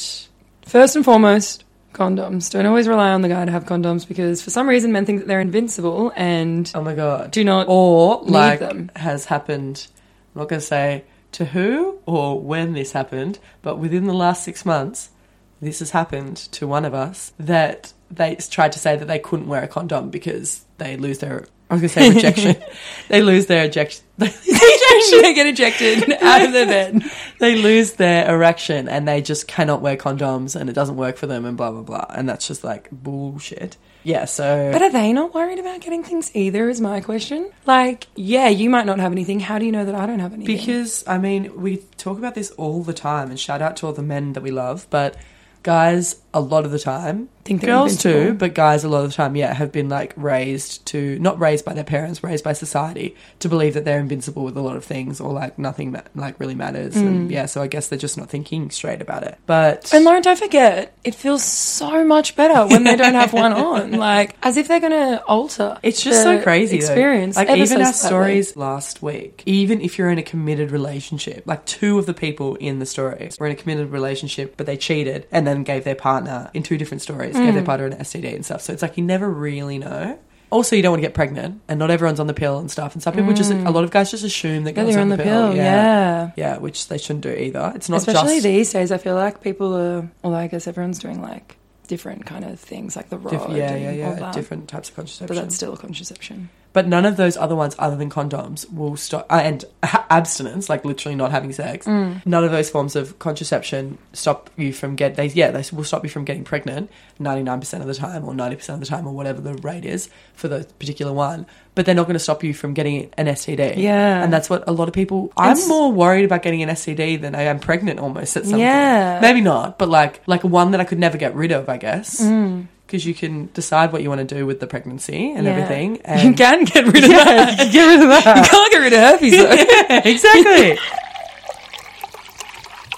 Speaker 1: First and foremost, condoms. Don't always rely on the guy to have condoms because for some reason men think that they're invincible and
Speaker 2: oh my god
Speaker 1: do not.
Speaker 2: or
Speaker 1: Leave
Speaker 2: like
Speaker 1: them.
Speaker 2: has happened. I'm not gonna say to who or when this happened, but within the last six months, this has happened to one of us that they s- tried to say that they couldn't wear a condom because they lose their. I was gonna say rejection. they lose their ejection.
Speaker 1: they get ejected out of their bed.
Speaker 2: they lose their erection and they just cannot wear condoms and it doesn't work for them and blah blah blah and that's just like bullshit. Yeah, so
Speaker 1: But are they not worried about getting things either? Is my question. Like, yeah, you might not have anything. How do you know that I don't have anything?
Speaker 2: Because I mean, we talk about this all the time, and shout out to all the men that we love, but guys, a lot of the time,
Speaker 1: Think they're
Speaker 2: girls
Speaker 1: invincible.
Speaker 2: too, but guys, a lot of the time, yeah, have been like raised to not raised by their parents, raised by society to believe that they're invincible with a lot of things, or like nothing ma- like really matters, and yeah, so I guess they're just not thinking straight about it. But
Speaker 1: And Lauren, don't forget, it feels so much better when they don't have one on. Like, as if they're going to alter.
Speaker 2: It's just
Speaker 1: the
Speaker 2: so crazy. though.
Speaker 1: Experience.
Speaker 2: Like
Speaker 1: ever
Speaker 2: even
Speaker 1: so
Speaker 2: our
Speaker 1: slightly.
Speaker 2: stories last week. Even if you're in a committed relationship, like two of the people in the stories were in a committed relationship, but they cheated and then gave their partner in two different stories, gave
Speaker 1: Mm.
Speaker 2: their partner an STD and stuff. So it's like you never really know. Also, you don't want to get pregnant, and not everyone's on the pill and stuff. And some people just, a lot of guys just assume that
Speaker 1: Yeah,
Speaker 2: girls
Speaker 1: Mm. they're
Speaker 2: are
Speaker 1: on the pill. Yeah.
Speaker 2: Yeah, which they shouldn't do either. It's not
Speaker 1: Especially
Speaker 2: just
Speaker 1: these days, I feel like people are, although I guess everyone's doing like different kind of things, like the rod
Speaker 2: diff- yeah,
Speaker 1: and
Speaker 2: yeah,
Speaker 1: all
Speaker 2: yeah,
Speaker 1: that.
Speaker 2: different types of
Speaker 1: But
Speaker 2: contraception.
Speaker 1: that's still a contraception.
Speaker 2: But none of those other ones, other than condoms, will stop. Uh, and ha- abstinence, like literally not having sex,
Speaker 1: Mm.
Speaker 2: none of those forms of contraception stop you from get. They yeah, they will stop you from getting pregnant ninety nine percent of the time, or ninety percent of the time, or whatever the rate is for the particular one. But they're not going to stop you from getting an STD.
Speaker 1: Yeah.
Speaker 2: and that's what a lot of people. I'm
Speaker 1: It's-
Speaker 2: more worried about getting an STD than I am pregnant. Almost at some
Speaker 1: Yeah.
Speaker 2: point. maybe not, but like like one that I could never get rid of. I guess.
Speaker 1: Mm.
Speaker 2: Because you can decide what you want to do with the pregnancy and
Speaker 1: Yeah.
Speaker 2: everything. And
Speaker 1: You can get rid of
Speaker 2: Yeah,
Speaker 1: that.
Speaker 2: you get rid of
Speaker 1: You
Speaker 2: that.
Speaker 1: can't get rid of herpes though.
Speaker 2: exactly.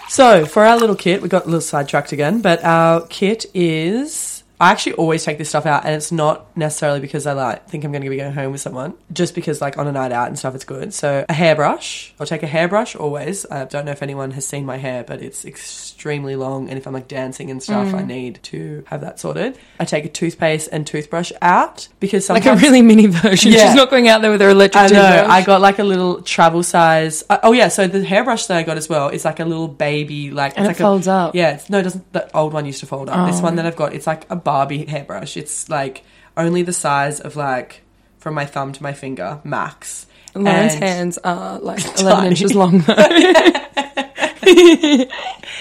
Speaker 2: so for our little kit, we got a little sidetracked again, but our kit is. I actually always take this stuff out, and it's not necessarily because I like think I'm going to be going home with someone, just because like on a night out and stuff, it's good. So a hairbrush, I'll take a hairbrush always. I don't know if anyone has seen my hair, but it's extremely long, and if I'm like dancing and stuff,
Speaker 1: Mm.
Speaker 2: I need to have that sorted. I take a toothpaste and toothbrush out because
Speaker 1: Like
Speaker 2: sometimes
Speaker 1: a really mini version.
Speaker 2: Yeah.
Speaker 1: She's not going out there with her electric
Speaker 2: I know.
Speaker 1: toothbrush.
Speaker 2: I got like a little travel size. Uh, oh yeah, so the hairbrush that I got as well is like a little baby, like
Speaker 1: And
Speaker 2: it's
Speaker 1: it
Speaker 2: like
Speaker 1: folds
Speaker 2: a,
Speaker 1: up.
Speaker 2: Yeah, it's, no, it doesn't. The old one used to fold up. This
Speaker 1: Oh.
Speaker 2: one that I've got, it's like a Barbie hairbrush. It's like only the size of like from my thumb to my finger max.
Speaker 1: Lauren's
Speaker 2: And
Speaker 1: hands are like
Speaker 2: Tiny.
Speaker 1: 11 inches long.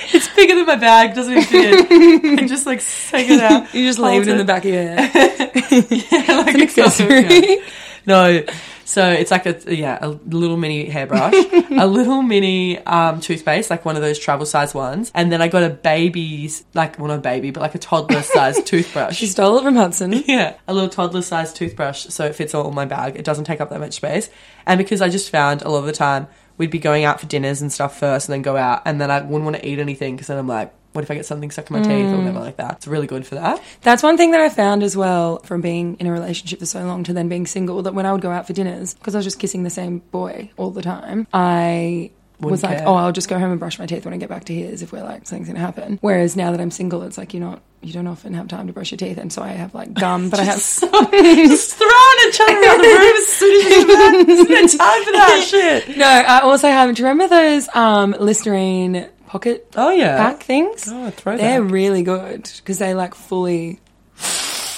Speaker 2: It's bigger than my bag. Doesn't even fit. in. I just like take it out.
Speaker 1: you just leave
Speaker 2: hold
Speaker 1: it in the back of your head.
Speaker 2: like
Speaker 1: It's an
Speaker 2: it's not- yeah.
Speaker 1: accessory.
Speaker 2: No. So it's like a yeah, a little mini hairbrush, a little mini um, toothpaste, like one of those travel size ones, and then I got a baby's like well not a baby, but like a toddler sized toothbrush.
Speaker 1: She stole it from Hudson.
Speaker 2: yeah, a little toddler sized toothbrush, so it fits all in my bag. It doesn't take up that much space, and because I just found a lot of the time we'd be going out for dinners and stuff first, and then go out, and then I wouldn't want to eat anything because then I'm like, what if I get something stuck in my teeth or whatever like that? It's really good for that.
Speaker 1: That's one thing that I found as well from being in a relationship for so long to then being single that when I would go out for dinners, because I was just kissing the same boy all the time, I. was
Speaker 2: Wouldn't
Speaker 1: like,
Speaker 2: care.
Speaker 1: oh, I'll just go home and brush my teeth when I get back to his if we're like something's gonna happen. Whereas now that I'm single, it's like you're not, you don't often have time to brush your teeth, and so I have like gum, but I have
Speaker 2: just throwing each other around the room as soon as you get back. There's no time for that shit.
Speaker 1: No, I also have. Do you remember those um, Listerine pocket
Speaker 2: Oh yeah.
Speaker 1: pack things?
Speaker 2: Oh,
Speaker 1: They're
Speaker 2: throwback.
Speaker 1: really good because they like fully.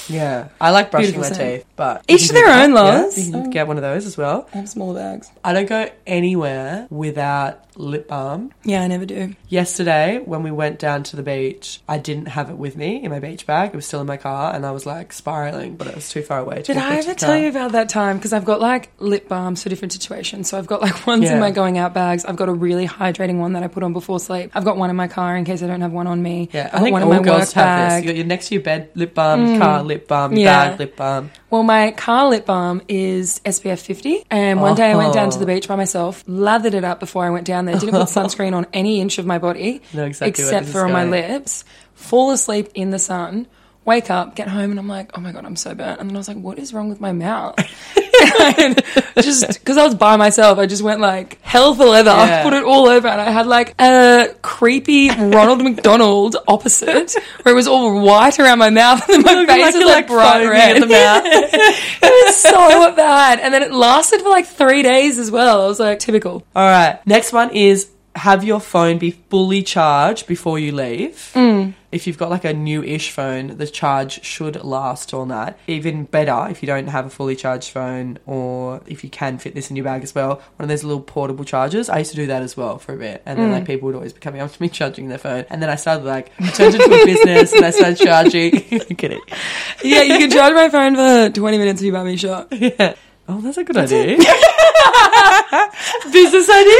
Speaker 2: Yeah, I like brushing my
Speaker 1: Beautiful scent.
Speaker 2: teeth, but
Speaker 1: Each to their own, Lars.
Speaker 2: Yeah, you can get one of those as well.
Speaker 1: I have small bags.
Speaker 2: I don't go anywhere without lip balm.
Speaker 1: Yeah, I never do.
Speaker 2: Yesterday, when we went down to the beach, I didn't have it with me in my beach bag. It was still in my car, and I was like spiraling, but it was too far away. To
Speaker 1: Did
Speaker 2: walk
Speaker 1: I
Speaker 2: into
Speaker 1: ever
Speaker 2: the
Speaker 1: tell
Speaker 2: car.
Speaker 1: you about that time? Because I've got like lip balms for different situations. So I've got like ones
Speaker 2: Yeah.
Speaker 1: in my going out bags. I've got a really hydrating one that I put on before sleep. I've got one in my car in case I don't have one on me.
Speaker 2: Yeah,
Speaker 1: I've
Speaker 2: I
Speaker 1: got
Speaker 2: think
Speaker 1: one
Speaker 2: all girls have this. You got your next to your bed lip balm, car lip balm, your
Speaker 1: Mm. Yeah.
Speaker 2: bag lip balm.
Speaker 1: Well, my car lip balm is SPF 50, and one day I went down to
Speaker 2: Oh.
Speaker 1: the beach by myself, lathered it up before I went down there, didn't put sunscreen on any inch of my body,
Speaker 2: Know exactly where
Speaker 1: except
Speaker 2: this
Speaker 1: for
Speaker 2: is
Speaker 1: on my
Speaker 2: going.
Speaker 1: lips, fall asleep in the sun, wake up, get home, and I'm like, oh my god, I'm so burnt. And then I was like, what is wrong with my mouth? And just because I was by myself, I just went like hell for leather,
Speaker 2: Yeah.
Speaker 1: put it all over, and I had like a creepy Ronald McDonald opposite, where it was all white around my mouth, and then my face is like, bright
Speaker 2: foaming at
Speaker 1: red
Speaker 2: the mouth.
Speaker 1: it was so bad. And then it lasted for like three days as well. I was like, typical.
Speaker 2: All right. Next one is have your phone be fully charged before you leave. If you've got like a new ish phone, the charge should last all night. Even better if you don't have a fully charged phone or if you can fit this in your bag as well. One of those little portable chargers. I used to do that as well for a bit. And then like people would always be coming up to me charging their phone. And then I started like, I turned it into a business and I started charging. Get it?
Speaker 1: Yeah, you can charge my phone for 20 minutes if you buy me a shot.
Speaker 2: Oh, that's a good idea. business idea?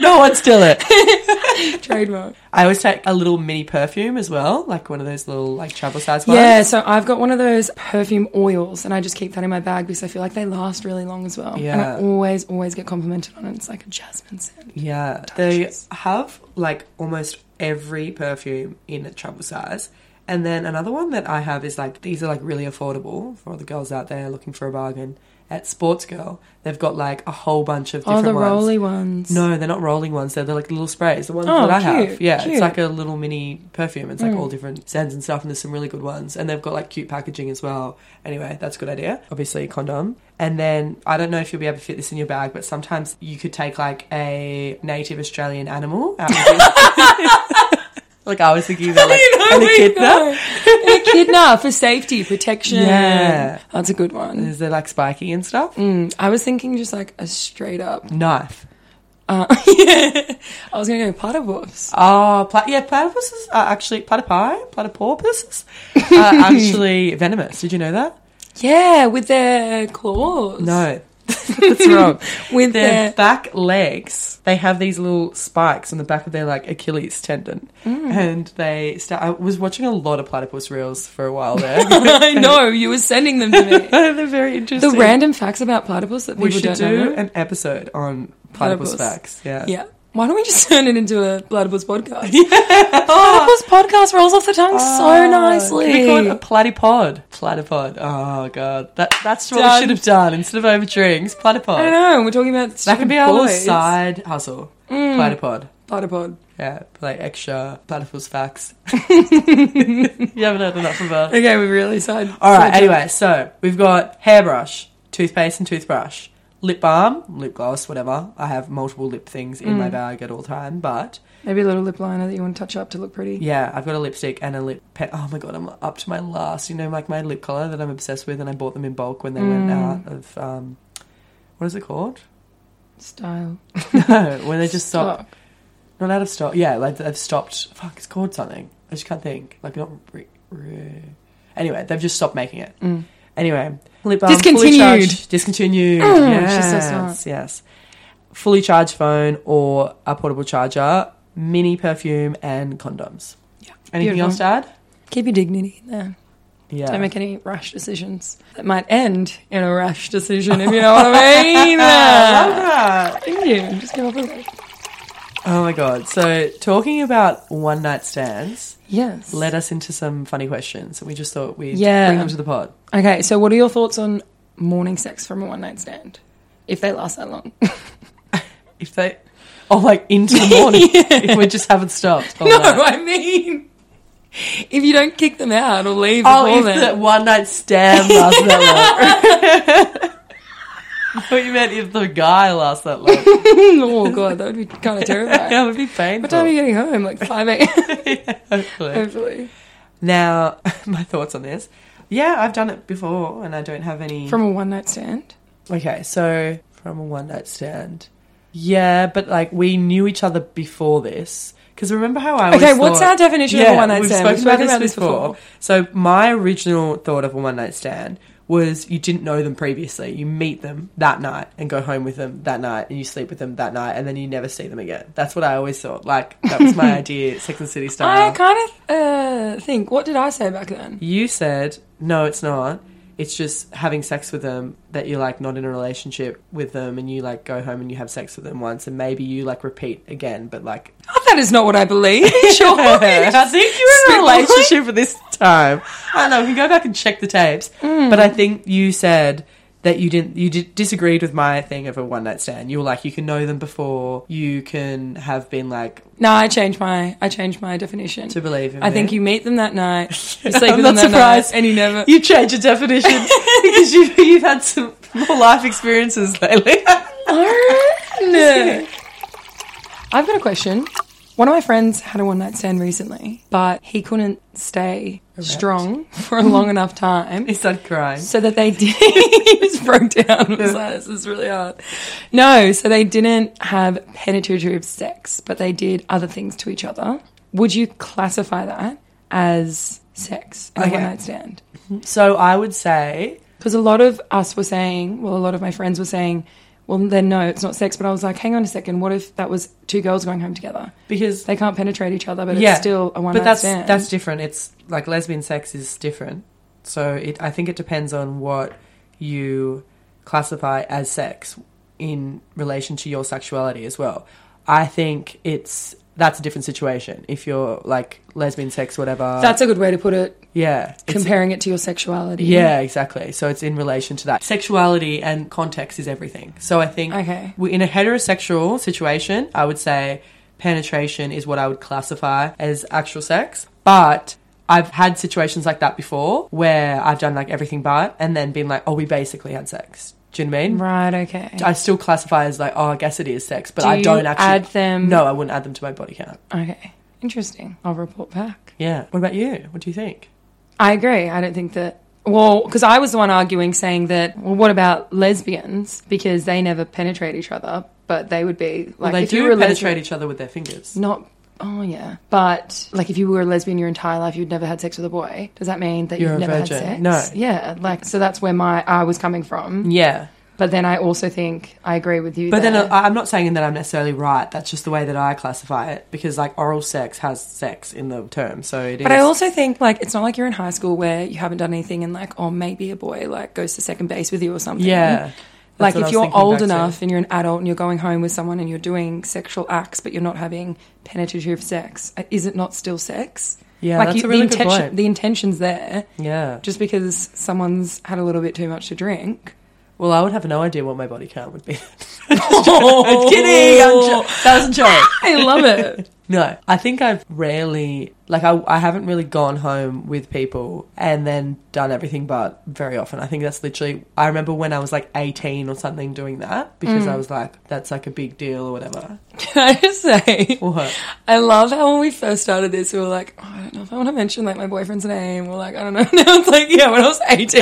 Speaker 2: no one steal it.
Speaker 1: Trademark.
Speaker 2: I always take a little mini perfume as well, like one of those little like travel size ones.
Speaker 1: Yeah, so I've got one of those perfume oils and I just keep that in my bag because I feel like they last really long as well. And I
Speaker 2: Yeah.
Speaker 1: always, always get complimented on it. It's like a jasmine scent.
Speaker 2: Yeah,
Speaker 1: Delicious.
Speaker 2: they have like almost every perfume in a travel size. And then another one that I have is like these are like really affordable for all the girls out there looking for a bargain. At Sports Girl, they've got like a whole bunch of
Speaker 1: Oh,
Speaker 2: different
Speaker 1: the
Speaker 2: ones.
Speaker 1: roly ones.
Speaker 2: No, they're not rolling ones. They're, they're like little sprays. The ones
Speaker 1: Oh,
Speaker 2: that I
Speaker 1: cute,
Speaker 2: have. Yeah,
Speaker 1: cute. Mm.
Speaker 2: it's like a little mini perfume. It's like all different scents and stuff, and there's some really good ones. And they've got like cute packaging as well. Anyway, that's a good idea. Obviously, condom. And then I don't know if you'll be able to fit this in your bag, but sometimes you could take like a native Australian animal out with you. Like I was thinking about like
Speaker 1: You know,
Speaker 2: an
Speaker 1: we
Speaker 2: echidna.
Speaker 1: know. An echidna for safety, protection.
Speaker 2: Yeah.
Speaker 1: That's a good one.
Speaker 2: Is there like spiking and stuff?
Speaker 1: Mm, I was thinking just like a straight up.
Speaker 2: Knife.
Speaker 1: Uh, yeah. I was going to go platypus.
Speaker 2: Oh, pla- yeah, platypuses are actually platypi, platyporpuses are actually venomous. Did you know that?
Speaker 1: Yeah, with their claws.
Speaker 2: No, that's wrong.
Speaker 1: With
Speaker 2: Their
Speaker 1: their.
Speaker 2: back legs, they have these little spikes on the back of their like Achilles tendon,
Speaker 1: Mm.
Speaker 2: and they. Sta- I was watching a lot of platypus reels for a while there.
Speaker 1: I know, you were sending them to me.
Speaker 2: They're very interesting.
Speaker 1: the random facts about platypus that people
Speaker 2: We should
Speaker 1: don't
Speaker 2: do
Speaker 1: know.
Speaker 2: an episode on
Speaker 1: Platypus.
Speaker 2: platypus, facts. Yeah.
Speaker 1: Yeah. Why don't we just turn it into a platypus podcast? platypus podcast rolls off the tongue so nicely.
Speaker 2: Could Ah. we call it a platypod? Platypod. Oh god, that that's what
Speaker 1: Done.
Speaker 2: we should have done instead of over drinks.
Speaker 1: I don't
Speaker 2: Platypod.
Speaker 1: know. We're talking about
Speaker 2: That
Speaker 1: stupid
Speaker 2: could be our little
Speaker 1: boys. Mm.
Speaker 2: side hustle. Platypod.
Speaker 1: Platypod.
Speaker 2: Yeah, like extra platypus facts. you haven't heard enough of us.
Speaker 1: Okay, we really side.
Speaker 2: All right.
Speaker 1: side
Speaker 2: Anyway, so we've got hairbrush, toothpaste, and toothbrush, lip balm, lip gloss, whatever. I have multiple lip things in my bag at all time, but
Speaker 1: jokes. maybe a little lip liner that you want to touch up to look pretty.
Speaker 2: Yeah, I've got a lipstick and a lip pen. Oh my god, I'm up to my last. You know, like my lip color that I'm obsessed with, and I bought them in bulk when they went out of um, what is it called?
Speaker 1: Style.
Speaker 2: No, when they just stopped.
Speaker 1: Fuck.
Speaker 2: Not out of stock. Yeah, like they've stopped. Fuck, it's called something. I just can't think. Like not. Re- re- anyway, they've just stopped making it.
Speaker 1: Mm.
Speaker 2: Anyway, lip balm, fully
Speaker 1: Discontinued.
Speaker 2: charged- discontinued.
Speaker 1: Mm, she's so
Speaker 2: yes, yes. Fully charged phone or a portable charger, mini perfume, and condoms.
Speaker 1: Yeah.
Speaker 2: Anything
Speaker 1: Beautiful.
Speaker 2: else to add?
Speaker 1: Keep your dignity in there.
Speaker 2: Yeah.
Speaker 1: Don't make any rash decisions that might end in a rash decision, if you know what I mean. Uh, Thank you. Just give up a
Speaker 2: Ah! Oh my god. So talking about one night stands
Speaker 1: Yes.
Speaker 2: led us into some funny questions and we just thought we'd
Speaker 1: Yeah.
Speaker 2: bring them to the pod.
Speaker 1: Okay, so what are your thoughts on morning sex from a one night stand? If they last that long.
Speaker 2: Oh, If they Oh like into the morning if we just haven't stopped. all
Speaker 1: no,
Speaker 2: night.
Speaker 1: I mean, if you don't kick them out or leave
Speaker 2: Oh,
Speaker 1: before
Speaker 2: if the
Speaker 1: then.
Speaker 2: one night stand lasts that long. I thought you meant if the guy lasts that long.
Speaker 1: oh, God, that would be kind of terrifying.
Speaker 2: that would be painful.
Speaker 1: What time are you getting home? Like 5 a.m.,
Speaker 2: Hopefully.
Speaker 1: hopefully.
Speaker 2: Now, my thoughts on this. Yeah, I've done it before and I don't have any
Speaker 1: From a one night stand?
Speaker 2: Okay, so from a one night stand. Yeah, but like we knew each other before this. Because remember how I
Speaker 1: Okay,
Speaker 2: always
Speaker 1: what's
Speaker 2: thought-
Speaker 1: our definition of a one-night stand?
Speaker 2: We've spoken, about, this before. So my original thought of a one night stand was you didn't know them previously. You meet them that night and go home with them that night and you sleep with them that night and then you never see them again. That's what I always thought. Like that was my idea, Sex and the City
Speaker 1: I
Speaker 2: style.
Speaker 1: kind of uh, think, what did I say back then?
Speaker 2: You said, no, it's not. It's just having sex with them that you're like not in a relationship with them and you like go home and you have sex with them once and maybe you like repeat again, but like.
Speaker 1: Oh, that is not what I believe. Sure.
Speaker 2: I think you're in a
Speaker 1: Spitballing.
Speaker 2: relationship at this time. Mm. I don't know. We can go back and check the tapes. But I think you said that you didn't, you di- disagreed with my thing of a one night stand. You were like, you can know them before, you can have been like
Speaker 1: No, I changed my I changed my definition.
Speaker 2: to believe in
Speaker 1: I think
Speaker 2: me.
Speaker 1: you meet them that night, you
Speaker 2: Yeah,
Speaker 1: sleep
Speaker 2: I'm
Speaker 1: with them
Speaker 2: not
Speaker 1: that
Speaker 2: surprised.
Speaker 1: night, and you never.
Speaker 2: You change your definition because you, you've had some more life experiences lately.
Speaker 1: No. I've got a question. One of my friends had a one night stand recently, but he couldn't stay strong for a long enough time.
Speaker 2: he started crying.
Speaker 1: So that they did, he just broke down. and Was like, this is really hard. No, so they didn't have penetrative sex, but they did other things to each other. Would you classify that as sex in
Speaker 2: Okay.
Speaker 1: a one night stand?
Speaker 2: So I would say,
Speaker 1: Because a lot of us were saying, well, a lot of my friends were saying, well, then no, it's not sex. But I was like, hang on a second, what if that was two girls going home together?
Speaker 2: because
Speaker 1: They can't penetrate each other, but
Speaker 2: yeah,
Speaker 1: it's still a one
Speaker 2: but
Speaker 1: night
Speaker 2: that's
Speaker 1: stand.
Speaker 2: that's different. It's like lesbian sex is different. So it, I think it depends on what you classify as sex in relation to your sexuality as well. I think it's that's a different situation. If you're like lesbian sex, whatever.
Speaker 1: that's a good way to put it.
Speaker 2: yeah. It's-
Speaker 1: Comparing it to your sexuality.
Speaker 2: Yeah, exactly. So it's in relation to that. Sexuality and context is everything. So I think
Speaker 1: Okay.
Speaker 2: we- in a heterosexual situation, I would say penetration is what I would classify as actual sex. But I've had situations like that before where I've done like everything but and then been like, oh, we basically had sex. Do you know what I mean?
Speaker 1: Right. Okay.
Speaker 2: I still classify as like, oh, I guess it is sex, but
Speaker 1: Do
Speaker 2: I don't
Speaker 1: you
Speaker 2: actually
Speaker 1: add them-
Speaker 2: No, I wouldn't add them to my body count.
Speaker 1: Okay. Interesting. I'll report back.
Speaker 2: Yeah. What about you? What do you think?
Speaker 1: I agree. I don't think that. Well, because I was the one arguing, saying that, well, what about lesbians? Because they never penetrate each other, but they would be like,
Speaker 2: well, they
Speaker 1: if
Speaker 2: do
Speaker 1: you were a
Speaker 2: penetrate
Speaker 1: lesbian,
Speaker 2: each other with their fingers.
Speaker 1: not. Oh yeah, but like if you were a lesbian your entire life, you'd never had sex with a boy. Does that mean that
Speaker 2: You're
Speaker 1: you've
Speaker 2: a
Speaker 1: never had sex?
Speaker 2: virgin. No.
Speaker 1: Yeah, like so that's where my I was coming from.
Speaker 2: Yeah.
Speaker 1: But then I also think I agree with you.
Speaker 2: But then
Speaker 1: there.
Speaker 2: uh, I- I'm not saying that I'm necessarily right. That's just the way that I classify it because like oral sex has sex in the term, so it is.
Speaker 1: But I also think like it's not like you're in high school where you haven't done anything and like oh maybe a boy like goes to second base with you or something.
Speaker 2: yeah.
Speaker 1: Like
Speaker 2: That's what I
Speaker 1: if
Speaker 2: was
Speaker 1: you're
Speaker 2: thinking back
Speaker 1: old
Speaker 2: to.
Speaker 1: enough and you're an adult and you're going home with someone and you're doing sexual acts but you're not having penetrative sex, uh, is it not still sex?
Speaker 2: Yeah,
Speaker 1: like
Speaker 2: that's
Speaker 1: you,
Speaker 2: a really
Speaker 1: the
Speaker 2: good
Speaker 1: intention,
Speaker 2: point.
Speaker 1: the intention's there.
Speaker 2: Yeah.
Speaker 1: Just because someone's had a little bit too much to drink.
Speaker 2: Well, I would have no idea what my body count would be. I'm kidding. I'm jo- that was a joke.
Speaker 1: I love it.
Speaker 2: No, I think I've rarely, like, I, I haven't really gone home with people and then done everything but very often. I think that's literally, I remember when I was like 18 or something doing that because I was like, that's like a big deal or whatever.
Speaker 1: Can I just say?
Speaker 2: What?
Speaker 1: I love how when we first started this, we were like, oh, I don't know if I want to mention like my boyfriend's name. We're like, I don't know. Now it's like, yeah, when I was 18,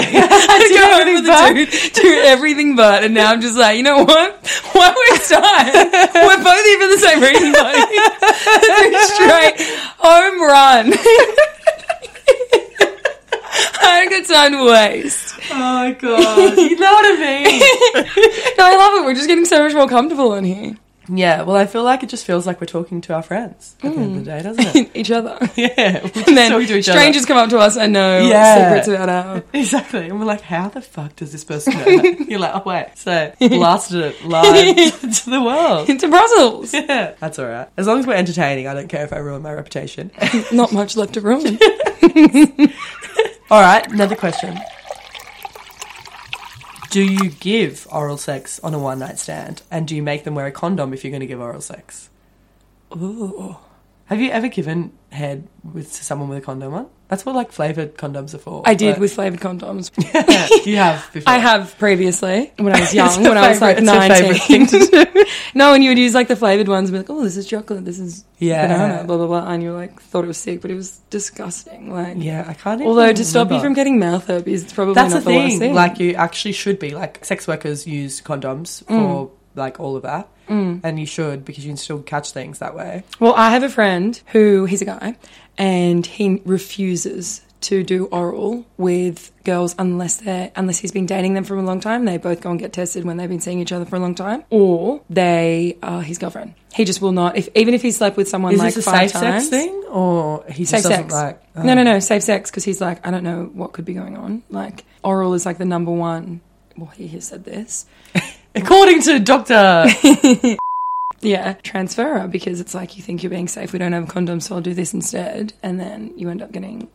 Speaker 1: I
Speaker 2: everything
Speaker 1: go over the dude, do everything but, and now I'm just like, you know what? Why waste time? We're both here for the same reason, buddy. Straight home run. I don't got time to waste.
Speaker 2: Oh, God. you know what I
Speaker 1: No, I love it. We're just getting so much more comfortable in here.
Speaker 2: mean? yeah, well, I feel like it just feels like we're talking to our friends at the end of the day, doesn't it?
Speaker 1: Each other.
Speaker 2: yeah. We're
Speaker 1: And
Speaker 2: talking to
Speaker 1: then
Speaker 2: each other.
Speaker 1: strangers come up to us and know
Speaker 2: Yeah.
Speaker 1: secrets about our
Speaker 2: Exactly. And we're like, how the fuck does this person know that? You're like, oh, wait. So, blasted it live to the world.
Speaker 1: into Brussels.
Speaker 2: Yeah, that's all right. As long as we're entertaining, I don't care if I ruin my reputation.
Speaker 1: Not much left to ruin.
Speaker 2: all right, another question. Do you give oral sex on a one night stand? And do you make them wear a condom if you're going to give oral sex?
Speaker 1: Ooh.
Speaker 2: Have you ever given head with to someone with a condom on? That's what like flavored condoms are for.
Speaker 1: I did
Speaker 2: but-
Speaker 1: with flavored condoms.
Speaker 2: you have before.
Speaker 1: I have previously when I was
Speaker 2: It's
Speaker 1: young,
Speaker 2: her
Speaker 1: when I was like
Speaker 2: favourite- it's her favourite thing
Speaker 1: nineteen. no, and you would use like the flavored ones and be like, "Oh, this is chocolate. This is
Speaker 2: Yeah.
Speaker 1: banana." Blah blah blah, and you like thought it was sick, but it was disgusting. Like,
Speaker 2: Yeah, I can't. Even
Speaker 1: although to stop you
Speaker 2: remember.
Speaker 1: from getting mouth herpes, it's probably
Speaker 2: That's
Speaker 1: not
Speaker 2: the thing.
Speaker 1: worst thing.
Speaker 2: Like you actually should be like sex workers use condoms
Speaker 1: Mm.
Speaker 2: for like all of that, mm. and you should because you can still catch things that way.
Speaker 1: Well, I have a friend who he's a guy and he refuses to do oral with girls unless they're unless he's been dating them for a long time. They both go and get tested when they've been seeing each other for a long time, or they are his girlfriend. He just will not. If even if he slept with someone
Speaker 2: Is
Speaker 1: like
Speaker 2: this a
Speaker 1: five
Speaker 2: safe
Speaker 1: times,
Speaker 2: sex thing Oh. or he just
Speaker 1: safe
Speaker 2: doesn't
Speaker 1: sex.
Speaker 2: like?
Speaker 1: no, no, no, safe sex because he's like, I don't know what could be going on. Like oral is like the number one. Well, he has said this.
Speaker 2: uh, According to Doctor,
Speaker 1: Yeah, transfer because it's like you think you're being safe. We don't have condoms, so I'll do this instead, and then you end up getting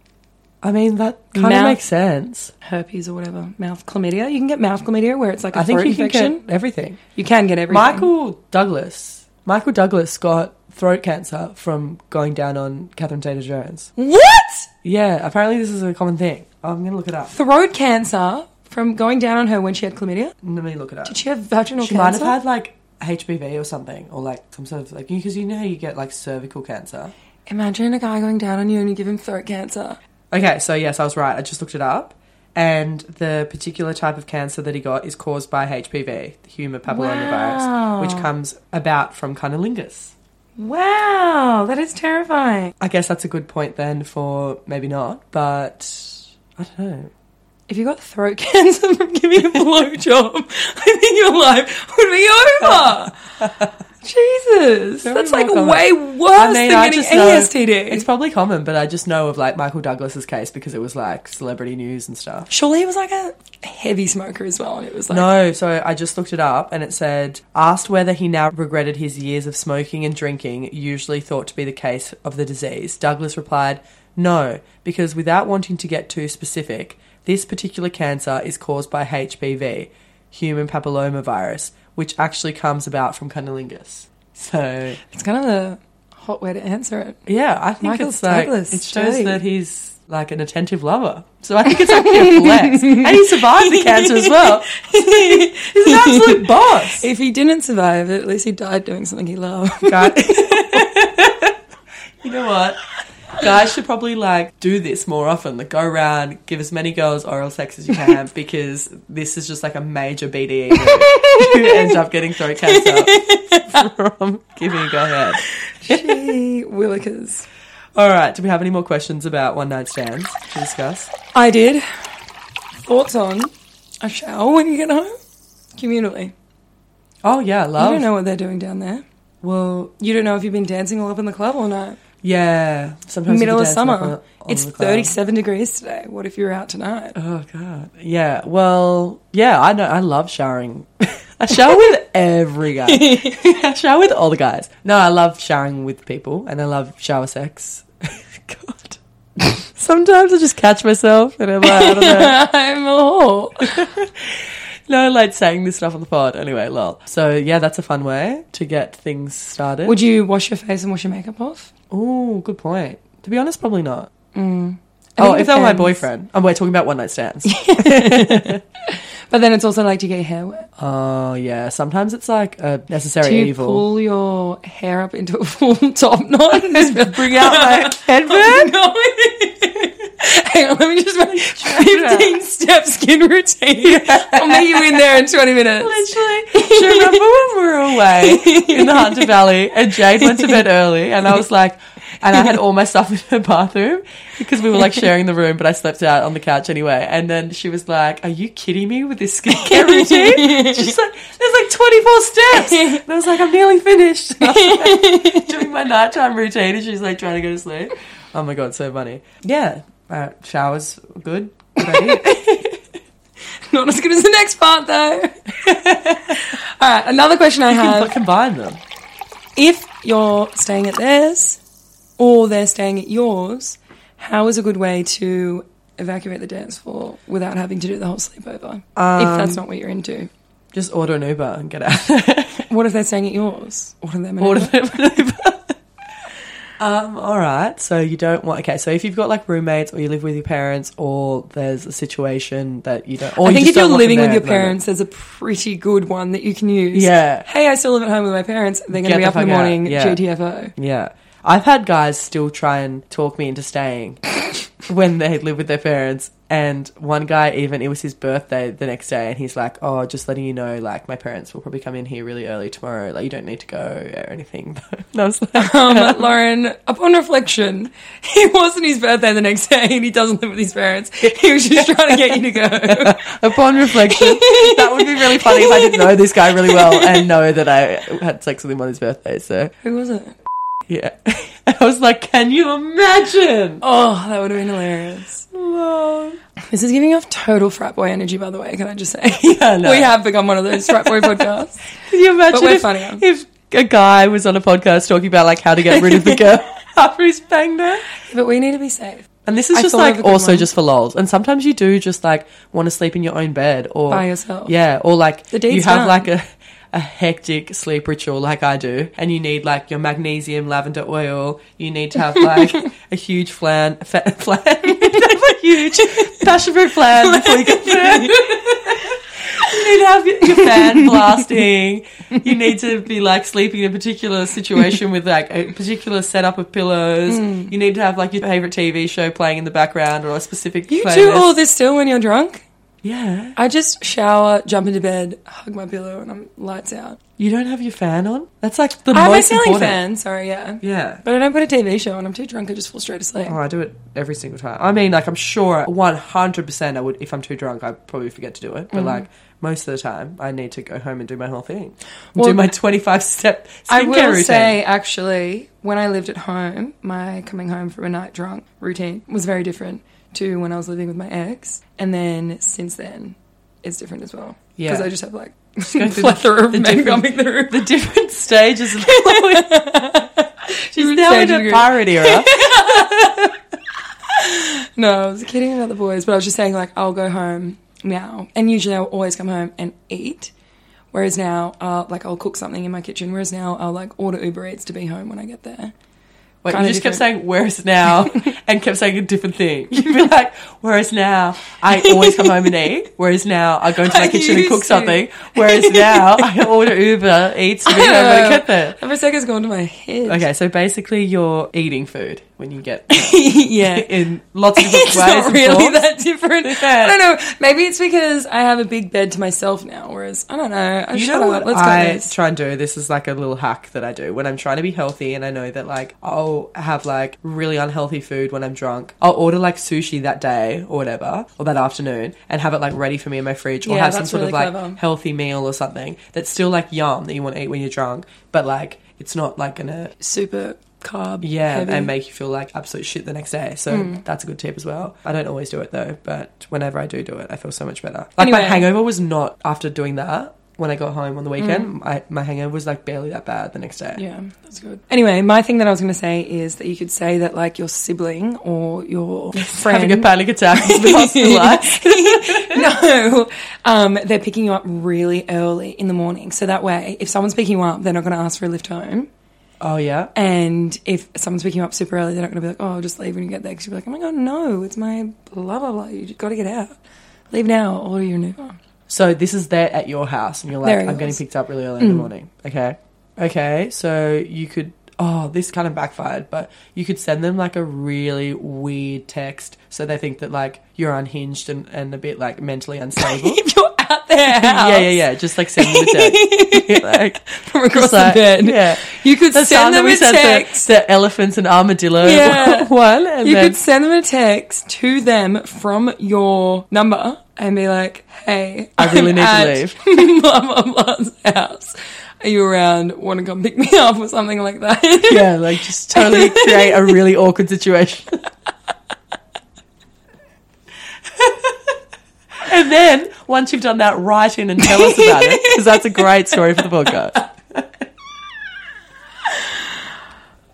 Speaker 2: I mean that kind of
Speaker 1: Mouth-
Speaker 2: makes sense.
Speaker 1: herpes or whatever, mouth chlamydia. You can get mouth chlamydia where it's like a
Speaker 2: I think
Speaker 1: throat
Speaker 2: you can
Speaker 1: infection.
Speaker 2: get everything.
Speaker 1: you can get everything.
Speaker 2: Michael Douglas. Michael Douglas got throat cancer from going down on Catherine Zeta-Jones.
Speaker 1: what?
Speaker 2: Yeah, apparently this is a common thing. I'm gonna look it up.
Speaker 1: Throat cancer from going down on her when she had chlamydia.
Speaker 2: Let me look it up.
Speaker 1: Did she have vaginal
Speaker 2: She might
Speaker 1: cancer?
Speaker 2: have had like HPV or something, or like some sort of like because you know how you get like cervical cancer.
Speaker 1: Imagine a guy going down on you and you give him throat cancer.
Speaker 2: Okay, so yes, I was right. I just looked it up, and the particular type of cancer that he got is caused by HPV, the human papillomavirus,
Speaker 1: Wow.
Speaker 2: which comes about from cunnilingus.
Speaker 1: Wow, that is terrifying.
Speaker 2: I guess that's a good point then for maybe not, but I don't know.
Speaker 1: If you got throat cancer from giving a blowjob, I think your life would be over. Jesus,
Speaker 2: Very
Speaker 1: that's like
Speaker 2: well done.
Speaker 1: way worse
Speaker 2: I mean,
Speaker 1: than
Speaker 2: I
Speaker 1: getting
Speaker 2: just know-
Speaker 1: ASTD.
Speaker 2: It's probably common, but I just know of like Michael Douglas's case because it was like celebrity news and stuff.
Speaker 1: Surely he was like a heavy smoker as well, and it was like
Speaker 2: No, so I just looked it up and it said asked whether he now regretted his years of smoking and drinking, usually thought to be the case of the disease. Douglas replied, "No, because without wanting to get too specific, this particular cancer is caused by HPV, human papillomavirus, which actually comes about from cunnilingus." So,
Speaker 1: It's kind of a hot way to answer it.
Speaker 2: yeah, I think
Speaker 1: Michael
Speaker 2: it's like
Speaker 1: Douglas,
Speaker 2: it shows
Speaker 1: Jay.
Speaker 2: that he's like an attentive lover. So I think it's actually a flex. And he survived the cancer as well. He's an absolute boss.
Speaker 1: If he didn't survive, at least he died doing something he loved.
Speaker 2: God. you know what? Guys should probably like do this more often. Like go around, give as many girls oral sex as you can because this is just like a major BDE. move. you end up getting throat cancer from giving a go head.
Speaker 1: Gee, Willikers.
Speaker 2: All right. Do we have any more questions about one night stands to discuss?
Speaker 1: I did. Thoughts on a shower when you get home? Communally.
Speaker 2: Oh yeah,
Speaker 1: You
Speaker 2: love.
Speaker 1: don't know what they're doing down there.
Speaker 2: Well,
Speaker 1: You don't know if you've been dancing all up in the club or not.
Speaker 2: yeah. Sometimes
Speaker 1: Middle
Speaker 2: we
Speaker 1: of
Speaker 2: dance
Speaker 1: summer.
Speaker 2: up on- on
Speaker 1: it's
Speaker 2: the cloud.
Speaker 1: 37 degrees today. What if you're out tonight?
Speaker 2: Oh god. Yeah. Well, yeah, I know I love showering. I shower with every guy. I shower with all the guys. No, I love showering with people and I love shower sex. god. Sometimes I just catch myself and I'm like, I don't know.
Speaker 1: I'm a whore.
Speaker 2: No, like saying this stuff on the pod. Anyway, lol. So yeah, that's a fun way to get things started.
Speaker 1: Would you wash your face and wash your makeup off?
Speaker 2: Oh, good point. To be honest, probably not.
Speaker 1: I
Speaker 2: oh,
Speaker 1: think it
Speaker 2: if they were my
Speaker 1: depends.
Speaker 2: boyfriend. Oh, we're talking about one night stands.
Speaker 1: But then it's also like to get your hair wet.
Speaker 2: oh, yeah. Sometimes it's like a necessary
Speaker 1: Do you
Speaker 2: evil.
Speaker 1: pull your hair up into a full top knot and just
Speaker 2: Bring out my headband.
Speaker 1: Oh, No. Hang on, let me just make 15 step skin routine. I'll meet you in there in 20 minutes.
Speaker 2: Literally. Do you remember when we were away in the Hunter Valley and Jade went to bed early and I was like, and I had all my stuff in her bathroom because we were like sharing the room, but I slept out on the couch anyway. And then she was like, Are you kidding me with this skincare routine? She's like, There's like 24 steps. And I was like, I'm nearly finished. And I was, like, doing my nighttime routine and she's like trying to go to sleep. Oh my God, so funny. Yeah. Uh, showers, good. Good idea.
Speaker 1: Not as good as the next part though. All right, another question I
Speaker 2: You can
Speaker 1: have.
Speaker 2: combine them.
Speaker 1: If you're staying at theirs or they're staying at yours, how is a good way to evacuate the dance floor without having to do the whole sleepover? if
Speaker 2: Um,
Speaker 1: that's not what you're into.
Speaker 2: Just order an Uber and get out.
Speaker 1: What if they're staying at yours? What are they
Speaker 2: order
Speaker 1: maneuver?
Speaker 2: them an Uber. um, all right. So you don't want. Okay. So if you've got like roommates, or you live with your parents, or there's a situation that you don't.
Speaker 1: I think
Speaker 2: Or Oh, you
Speaker 1: if
Speaker 2: just
Speaker 1: you're
Speaker 2: don't want them
Speaker 1: living with
Speaker 2: there
Speaker 1: your
Speaker 2: at the moment.
Speaker 1: parents, there's a pretty good one that you can use.
Speaker 2: Yeah.
Speaker 1: Hey, I still live at home with my parents. They're going
Speaker 2: Get
Speaker 1: to be
Speaker 2: the
Speaker 1: up in the
Speaker 2: fuck out.
Speaker 1: morning.
Speaker 2: Yeah.
Speaker 1: GTFO.
Speaker 2: Yeah. I've had guys still try and talk me into staying when they live with their parents. And one guy, even, it was his birthday the next day, and he's like, Oh, just letting you know, like, my parents will probably come in here really early tomorrow. Like, you don't need to go or anything. And I was like,
Speaker 1: Um, Lauren, upon reflection, it wasn't his birthday the next day and he doesn't live with his parents. He was just trying to get you to go.
Speaker 2: Upon reflection, that would be really funny if I didn't know this guy really well and know that I had sex with him on his birthday. So,
Speaker 1: Who was it?
Speaker 2: yeah. I was like, Can you imagine?
Speaker 1: Oh, that would have been hilarious. This is giving off total frat boy energy, by the way, can I just say?
Speaker 2: Yeah, no.
Speaker 1: We have become one of those frat boy podcasts.
Speaker 2: Can you imagine
Speaker 1: But we're
Speaker 2: if,
Speaker 1: funnier.
Speaker 2: if a guy was on a podcast talking about like how to get rid of the girl after he's banged her?
Speaker 1: But we need to be safe.
Speaker 2: And this is
Speaker 1: I
Speaker 2: just
Speaker 1: thought of
Speaker 2: like
Speaker 1: a good
Speaker 2: also
Speaker 1: one.
Speaker 2: just for lols. And sometimes you do just like want to sleep in your own bed or
Speaker 1: By yourself.
Speaker 2: Yeah, or like
Speaker 1: The deed's
Speaker 2: you have
Speaker 1: done.
Speaker 2: like a a hectic sleep ritual like I do, and you need like your magnesium lavender oil. You need to have like a huge flan, fa- flan, a huge passion fruit flan before you get there. You need to have your your fan blasting. You need to be like sleeping in a particular situation with like a particular setup of pillows.
Speaker 1: Hmm.
Speaker 2: You need to have like your favorite TV show playing in the background or a specific.
Speaker 1: You do
Speaker 2: playlist.
Speaker 1: all this still when you're drunk?
Speaker 2: Yeah,
Speaker 1: I just shower, jump into bed, hug my pillow, and I'm lights out.
Speaker 2: you don't have your fan on. That's like the
Speaker 1: I have my
Speaker 2: most
Speaker 1: ceiling
Speaker 2: important.
Speaker 1: fan, sorry, yeah.
Speaker 2: Yeah.
Speaker 1: But I don't put a TV show on. I'm too drunk. I just fall straight to sleep.
Speaker 2: Oh, I do it every single time. I mean, like I'm sure 100% I would if I'm too drunk, I probably forget to do it.
Speaker 1: Mm-hmm.
Speaker 2: But like most of the time, I need to go home and do my whole thing.
Speaker 1: Well,
Speaker 2: do my 25 step skincare
Speaker 1: I will
Speaker 2: routine.
Speaker 1: say, actually, when I lived at home, my coming home from a night drunk routine was very different to when I was living with my ex. And then since then, it's different as well.
Speaker 2: Yeah.
Speaker 1: Because I just have like
Speaker 2: go
Speaker 1: a
Speaker 2: through
Speaker 1: plethora of
Speaker 2: the
Speaker 1: men
Speaker 2: different-
Speaker 1: coming through.
Speaker 2: the different stages of She's now
Speaker 1: stage of
Speaker 2: in a
Speaker 1: grief.
Speaker 2: pirate era.
Speaker 1: No, I was kidding about the boys, but I was just saying like I'll go home now, and usually I'll always come home and eat. Whereas now, uh, like I'll cook something in my kitchen. Whereas now, I'll like order Uber Eats to be home when I get there,
Speaker 2: Wait, you
Speaker 1: Kinda
Speaker 2: just kept
Speaker 1: different.
Speaker 2: saying "where's now" and kept saying a different thing. You'd be like, "Whereas now, I always come home and eat. Whereas now, I go into my
Speaker 1: I
Speaker 2: kitchen and cook
Speaker 1: used to.
Speaker 2: something. Whereas now, I order Uber Eats to be able to get there."
Speaker 1: Every second's going to my head.
Speaker 2: Okay, so basically, you're eating food when you get
Speaker 1: yeah.
Speaker 2: in lots of different
Speaker 1: It's
Speaker 2: ways.
Speaker 1: not
Speaker 2: and
Speaker 1: really
Speaker 2: forms.
Speaker 1: that different.
Speaker 2: Yeah.
Speaker 1: I don't know. Maybe it's because I have a big bed to myself now, whereas I don't know. I
Speaker 2: You
Speaker 1: shut
Speaker 2: know
Speaker 1: up.
Speaker 2: what
Speaker 1: Let's go.
Speaker 2: I
Speaker 1: guys.
Speaker 2: try and do? This is like a little hack that I do when I'm trying to be healthy and I know that like I'll have like really unhealthy food when I'm drunk. I'll order like sushi that day or whatever or that afternoon and have it like ready for me in my fridge or
Speaker 1: Yeah,
Speaker 2: have some
Speaker 1: that's
Speaker 2: sort of
Speaker 1: really
Speaker 2: like
Speaker 1: clever.
Speaker 2: healthy meal or something that's still like yum that you want to eat when you're drunk, but like it's not like gonna
Speaker 1: Super carb.
Speaker 2: yeah
Speaker 1: heavy.
Speaker 2: and make you feel like absolute shit the next day. So
Speaker 1: Hmm.
Speaker 2: that's a good tip as well. I don't always do it though, but whenever I do do it, I feel so much better. Like my
Speaker 1: Anyway.
Speaker 2: hangover was not after doing that. When I got home on the weekend, my, my hangover was like barely that bad the next day.
Speaker 1: Hmm. Yeah, that's good. Anyway, my thing that I was going to say is that you could say that like your sibling or your friend
Speaker 2: Having a panic attack in the hospital.
Speaker 1: no, um, they're picking you up really early in the morning. So that way, if someone's picking you up, they're not going to ask for a lift home.
Speaker 2: oh yeah,
Speaker 1: And if someone's picking you up super early, they're not going to be like, oh, I'll just leave when you get there. Because you'll be like, oh my God, no, it's my blah, blah, blah. You just got to get out. Leave now or you're new.
Speaker 2: So this is there at your house, and you're like,
Speaker 1: There it
Speaker 2: I'm getting
Speaker 1: was. Mm.
Speaker 2: picked up really early in the morning. Okay, okay. So you could, oh, this kind of backfired, but you could send them like a really weird text, so they think that like you're unhinged and, and a bit like mentally unstable.
Speaker 1: If you're out there,
Speaker 2: Uh-huh. yeah, yeah, yeah. Just like send them a text. like,
Speaker 1: From across
Speaker 2: just like-
Speaker 1: the bed.
Speaker 2: Yeah.
Speaker 1: You could
Speaker 2: The
Speaker 1: send
Speaker 2: sound that
Speaker 1: them
Speaker 2: we
Speaker 1: a
Speaker 2: sent
Speaker 1: text.
Speaker 2: the, the elephants and armadillo
Speaker 1: Yeah.
Speaker 2: one, and
Speaker 1: you
Speaker 2: then
Speaker 1: could send them a text to them from your number and be like, hey,
Speaker 2: I really
Speaker 1: I'm
Speaker 2: need to
Speaker 1: at
Speaker 2: leave.
Speaker 1: Blah, blah, blah's house. Are you around? Want to come pick me up or something like that?
Speaker 2: yeah, like just totally create a really awkward situation. and then once you've done that, write in and tell us about it because that's a great story for the podcast.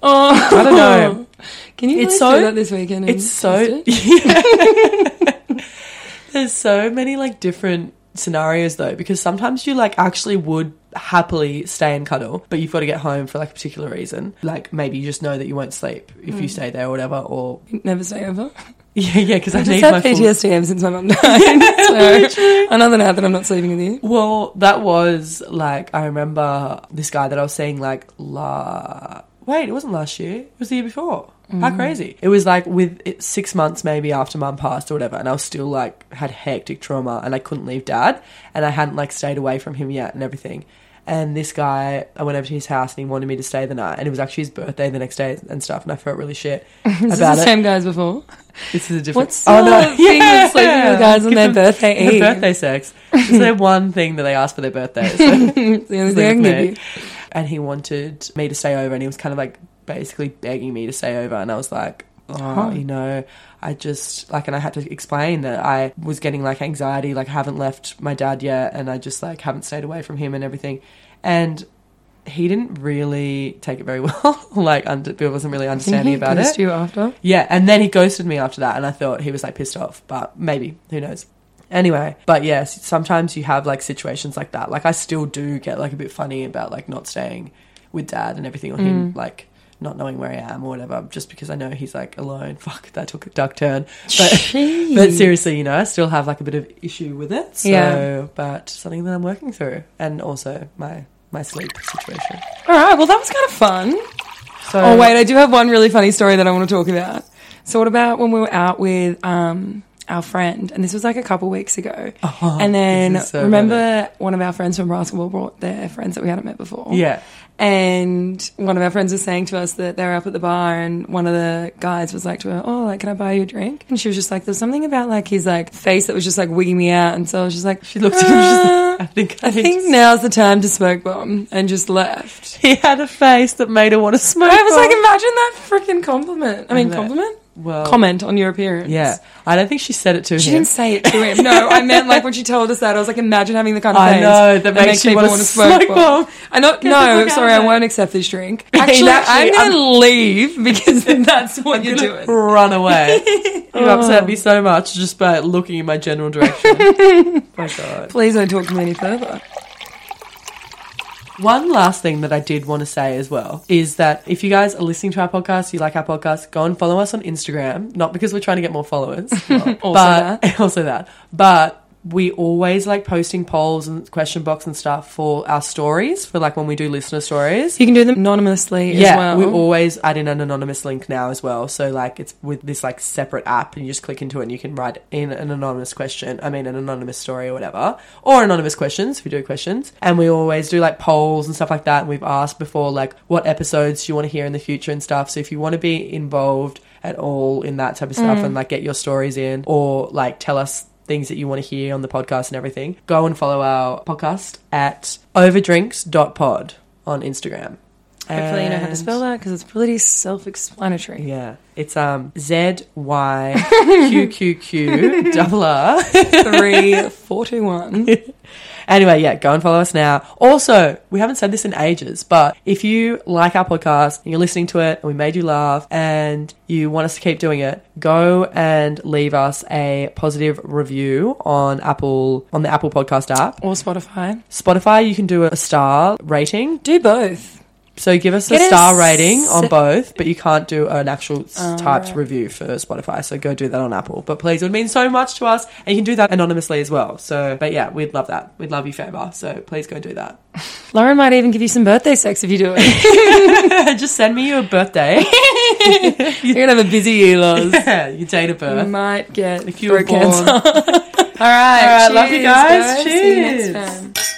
Speaker 1: oh,
Speaker 2: I don't know.
Speaker 1: Can you
Speaker 2: It's
Speaker 1: it's
Speaker 2: so-
Speaker 1: do that this weekend? and
Speaker 2: It's so
Speaker 1: test it?
Speaker 2: there's so many like different scenarios though because sometimes you like actually would happily stay and cuddle but you've got to get home for like a particular reason like maybe you just know that you won't sleep if you stay there or whatever or
Speaker 1: never stay over.
Speaker 2: yeah yeah because i,
Speaker 1: I
Speaker 2: need
Speaker 1: just
Speaker 2: my
Speaker 1: had
Speaker 2: full-
Speaker 1: PTSD ever since my mum died. so, another now that I'm not sleeping with you.
Speaker 2: Well, that was like I remember this guy that I was seeing like la. Wait, it wasn't last year. It was the year before.
Speaker 1: Mm.
Speaker 2: How crazy! It was like with it, six months maybe after mum passed or whatever, and I was still like had hectic trauma and I couldn't leave dad, and I hadn't like stayed away from him yet and everything. And this guy, I went over to his house and he wanted me to stay the night, and it was actually his birthday the next day and stuff, and I felt really shit
Speaker 1: Is this
Speaker 2: about
Speaker 1: the
Speaker 2: it.
Speaker 1: same guys before?
Speaker 2: This is a different. Oh,
Speaker 1: What's the thing with sleeping with guys on
Speaker 2: Give
Speaker 1: their
Speaker 2: them-
Speaker 1: birthday
Speaker 2: give them
Speaker 1: eve?
Speaker 2: birthday sex. Is there one thing that they ask for their birthdays?
Speaker 1: It's the only thing I can
Speaker 2: Sleep with
Speaker 1: give you.
Speaker 2: me. And he wanted me to stay over, and he was kind of like basically begging me to stay over, and I was like. Oh,
Speaker 1: Oh.
Speaker 2: you know, I just like, and I had to explain that I was getting like anxiety, like I haven't left my dad yet, and I just like haven't stayed away from him and everything. And he didn't really take it very well, like, under, wasn't really understanding about it.
Speaker 1: Ghost you after.
Speaker 2: Yeah, and then he ghosted me after that, and I thought he was like pissed off, but maybe who knows. Anyway, but yes, sometimes you have like situations like that. Like I still do get like a bit funny about like not staying with dad and everything, or
Speaker 1: Mm.
Speaker 2: him like not knowing where I am or whatever, just because I know he's like alone. Fuck, that took a dark turn. But,
Speaker 1: Jeez.
Speaker 2: but seriously, you know, I still have like a bit of issue with it. So,
Speaker 1: Yeah.
Speaker 2: but something that I'm working through, and also my my sleep situation.
Speaker 1: All right, well, that was kind of fun.
Speaker 2: So,
Speaker 1: Oh, wait, I do have one really funny story that I want to talk about. So, what about when we were out with um, our friend? And this was like a couple weeks ago.
Speaker 2: Oh,
Speaker 1: and then
Speaker 2: this is so
Speaker 1: remember one of our friends from basketball brought their friends that we hadn't met before?
Speaker 2: yeah,
Speaker 1: And one of our friends was saying to us that they were up at the bar and one of the guys was like to her, Oh, like, can I buy you a drink? And she was just like, There's something about like his like face that was just like wigging me out. And so I was just like,
Speaker 2: she looked at him. She's
Speaker 1: "Uh,
Speaker 2: like, I think I,
Speaker 1: I
Speaker 2: need
Speaker 1: think now's the time to smoke bomb and just left.
Speaker 2: He had a face that made her want to smoke.
Speaker 1: I was like,
Speaker 2: bomb.
Speaker 1: imagine that freaking compliment. I mean,
Speaker 2: that-
Speaker 1: compliment?
Speaker 2: well,
Speaker 1: Comment on your appearance.
Speaker 2: Yeah, I don't think she said it to
Speaker 1: She
Speaker 2: him.
Speaker 1: didn't say it to him. No, I meant like when she told us that, I was like, imagine having the kind of
Speaker 2: I
Speaker 1: face
Speaker 2: know, that makes you
Speaker 1: people
Speaker 2: wanna
Speaker 1: wanna
Speaker 2: smoke bomb.
Speaker 1: I not,
Speaker 2: Get the
Speaker 1: no,
Speaker 2: fuck out
Speaker 1: sorry,
Speaker 2: of
Speaker 1: I
Speaker 2: there.
Speaker 1: won't accept this drink.
Speaker 2: Yeah,
Speaker 1: Actually,
Speaker 2: actually,
Speaker 1: I'm going to leave because that's what you're
Speaker 2: Gonna
Speaker 1: doing.
Speaker 2: Run away. you
Speaker 1: Oh.
Speaker 2: upset me so much just by looking in my general direction. my God.
Speaker 1: Please don't talk to me any further.
Speaker 2: One last thing that I did want to say as well is that if you guys are listening to our podcast, you like our podcast, go and follow us on Instagram. Not because we're trying to get more followers,
Speaker 1: Also
Speaker 2: but also that. But we always like posting polls and question box and stuff for our stories, for like when we do listener stories.
Speaker 1: You can do them anonymously as
Speaker 2: Yeah,
Speaker 1: well.
Speaker 2: we always add in an anonymous link now as well. So like it's with this like separate app, and you just click into it, and you can write in an anonymous question. I mean, an anonymous story or whatever, or anonymous questions if we do questions. And we always do like polls and stuff like that. And we've asked before like what episodes do you want to hear in the future and stuff. So if you want to be involved at all in that type of
Speaker 1: Mm.
Speaker 2: stuff and like get your stories in or like tell us things that you want to hear on the podcast and everything go and follow our podcast at overdrinks.pod on instagram
Speaker 1: Hopefully, you know how to
Speaker 2: And-
Speaker 1: spell that because it's pretty self explanatory.
Speaker 2: yeah, it's um Z Y Q Q Q double R.
Speaker 1: Three, four, two, one.
Speaker 2: Anyway, yeah, go and follow us now. Also, we haven't said this in ages, but if you like our podcast and you're listening to it and we made you laugh and you want us to keep doing it, go and leave us a positive review on Apple on the Apple Podcast app.
Speaker 1: Or Spotify.
Speaker 2: Spotify, you can do a star rating.
Speaker 1: Do both.
Speaker 2: So give us a
Speaker 1: Get a
Speaker 2: star rating on
Speaker 1: se-
Speaker 2: both, but you can't do an actual s- typed review for Spotify. So go do that on Apple. But please, it would mean so much to us, and you can do that anonymously as well. So, but yeah, we'd love that. We'd love you, Faber. So please go do that.
Speaker 1: Lauren might even give you some birthday sex if you do it.
Speaker 2: Just send me your birthday.
Speaker 1: You're gonna have a busy year, Loz.
Speaker 2: yeah, your date of
Speaker 1: You
Speaker 2: birth.
Speaker 1: might get
Speaker 2: If you were
Speaker 1: throat
Speaker 2: born.
Speaker 1: cancer.
Speaker 2: All right, love you
Speaker 1: Cheers,
Speaker 2: guys.
Speaker 1: See you next
Speaker 2: Cheers.
Speaker 1: time.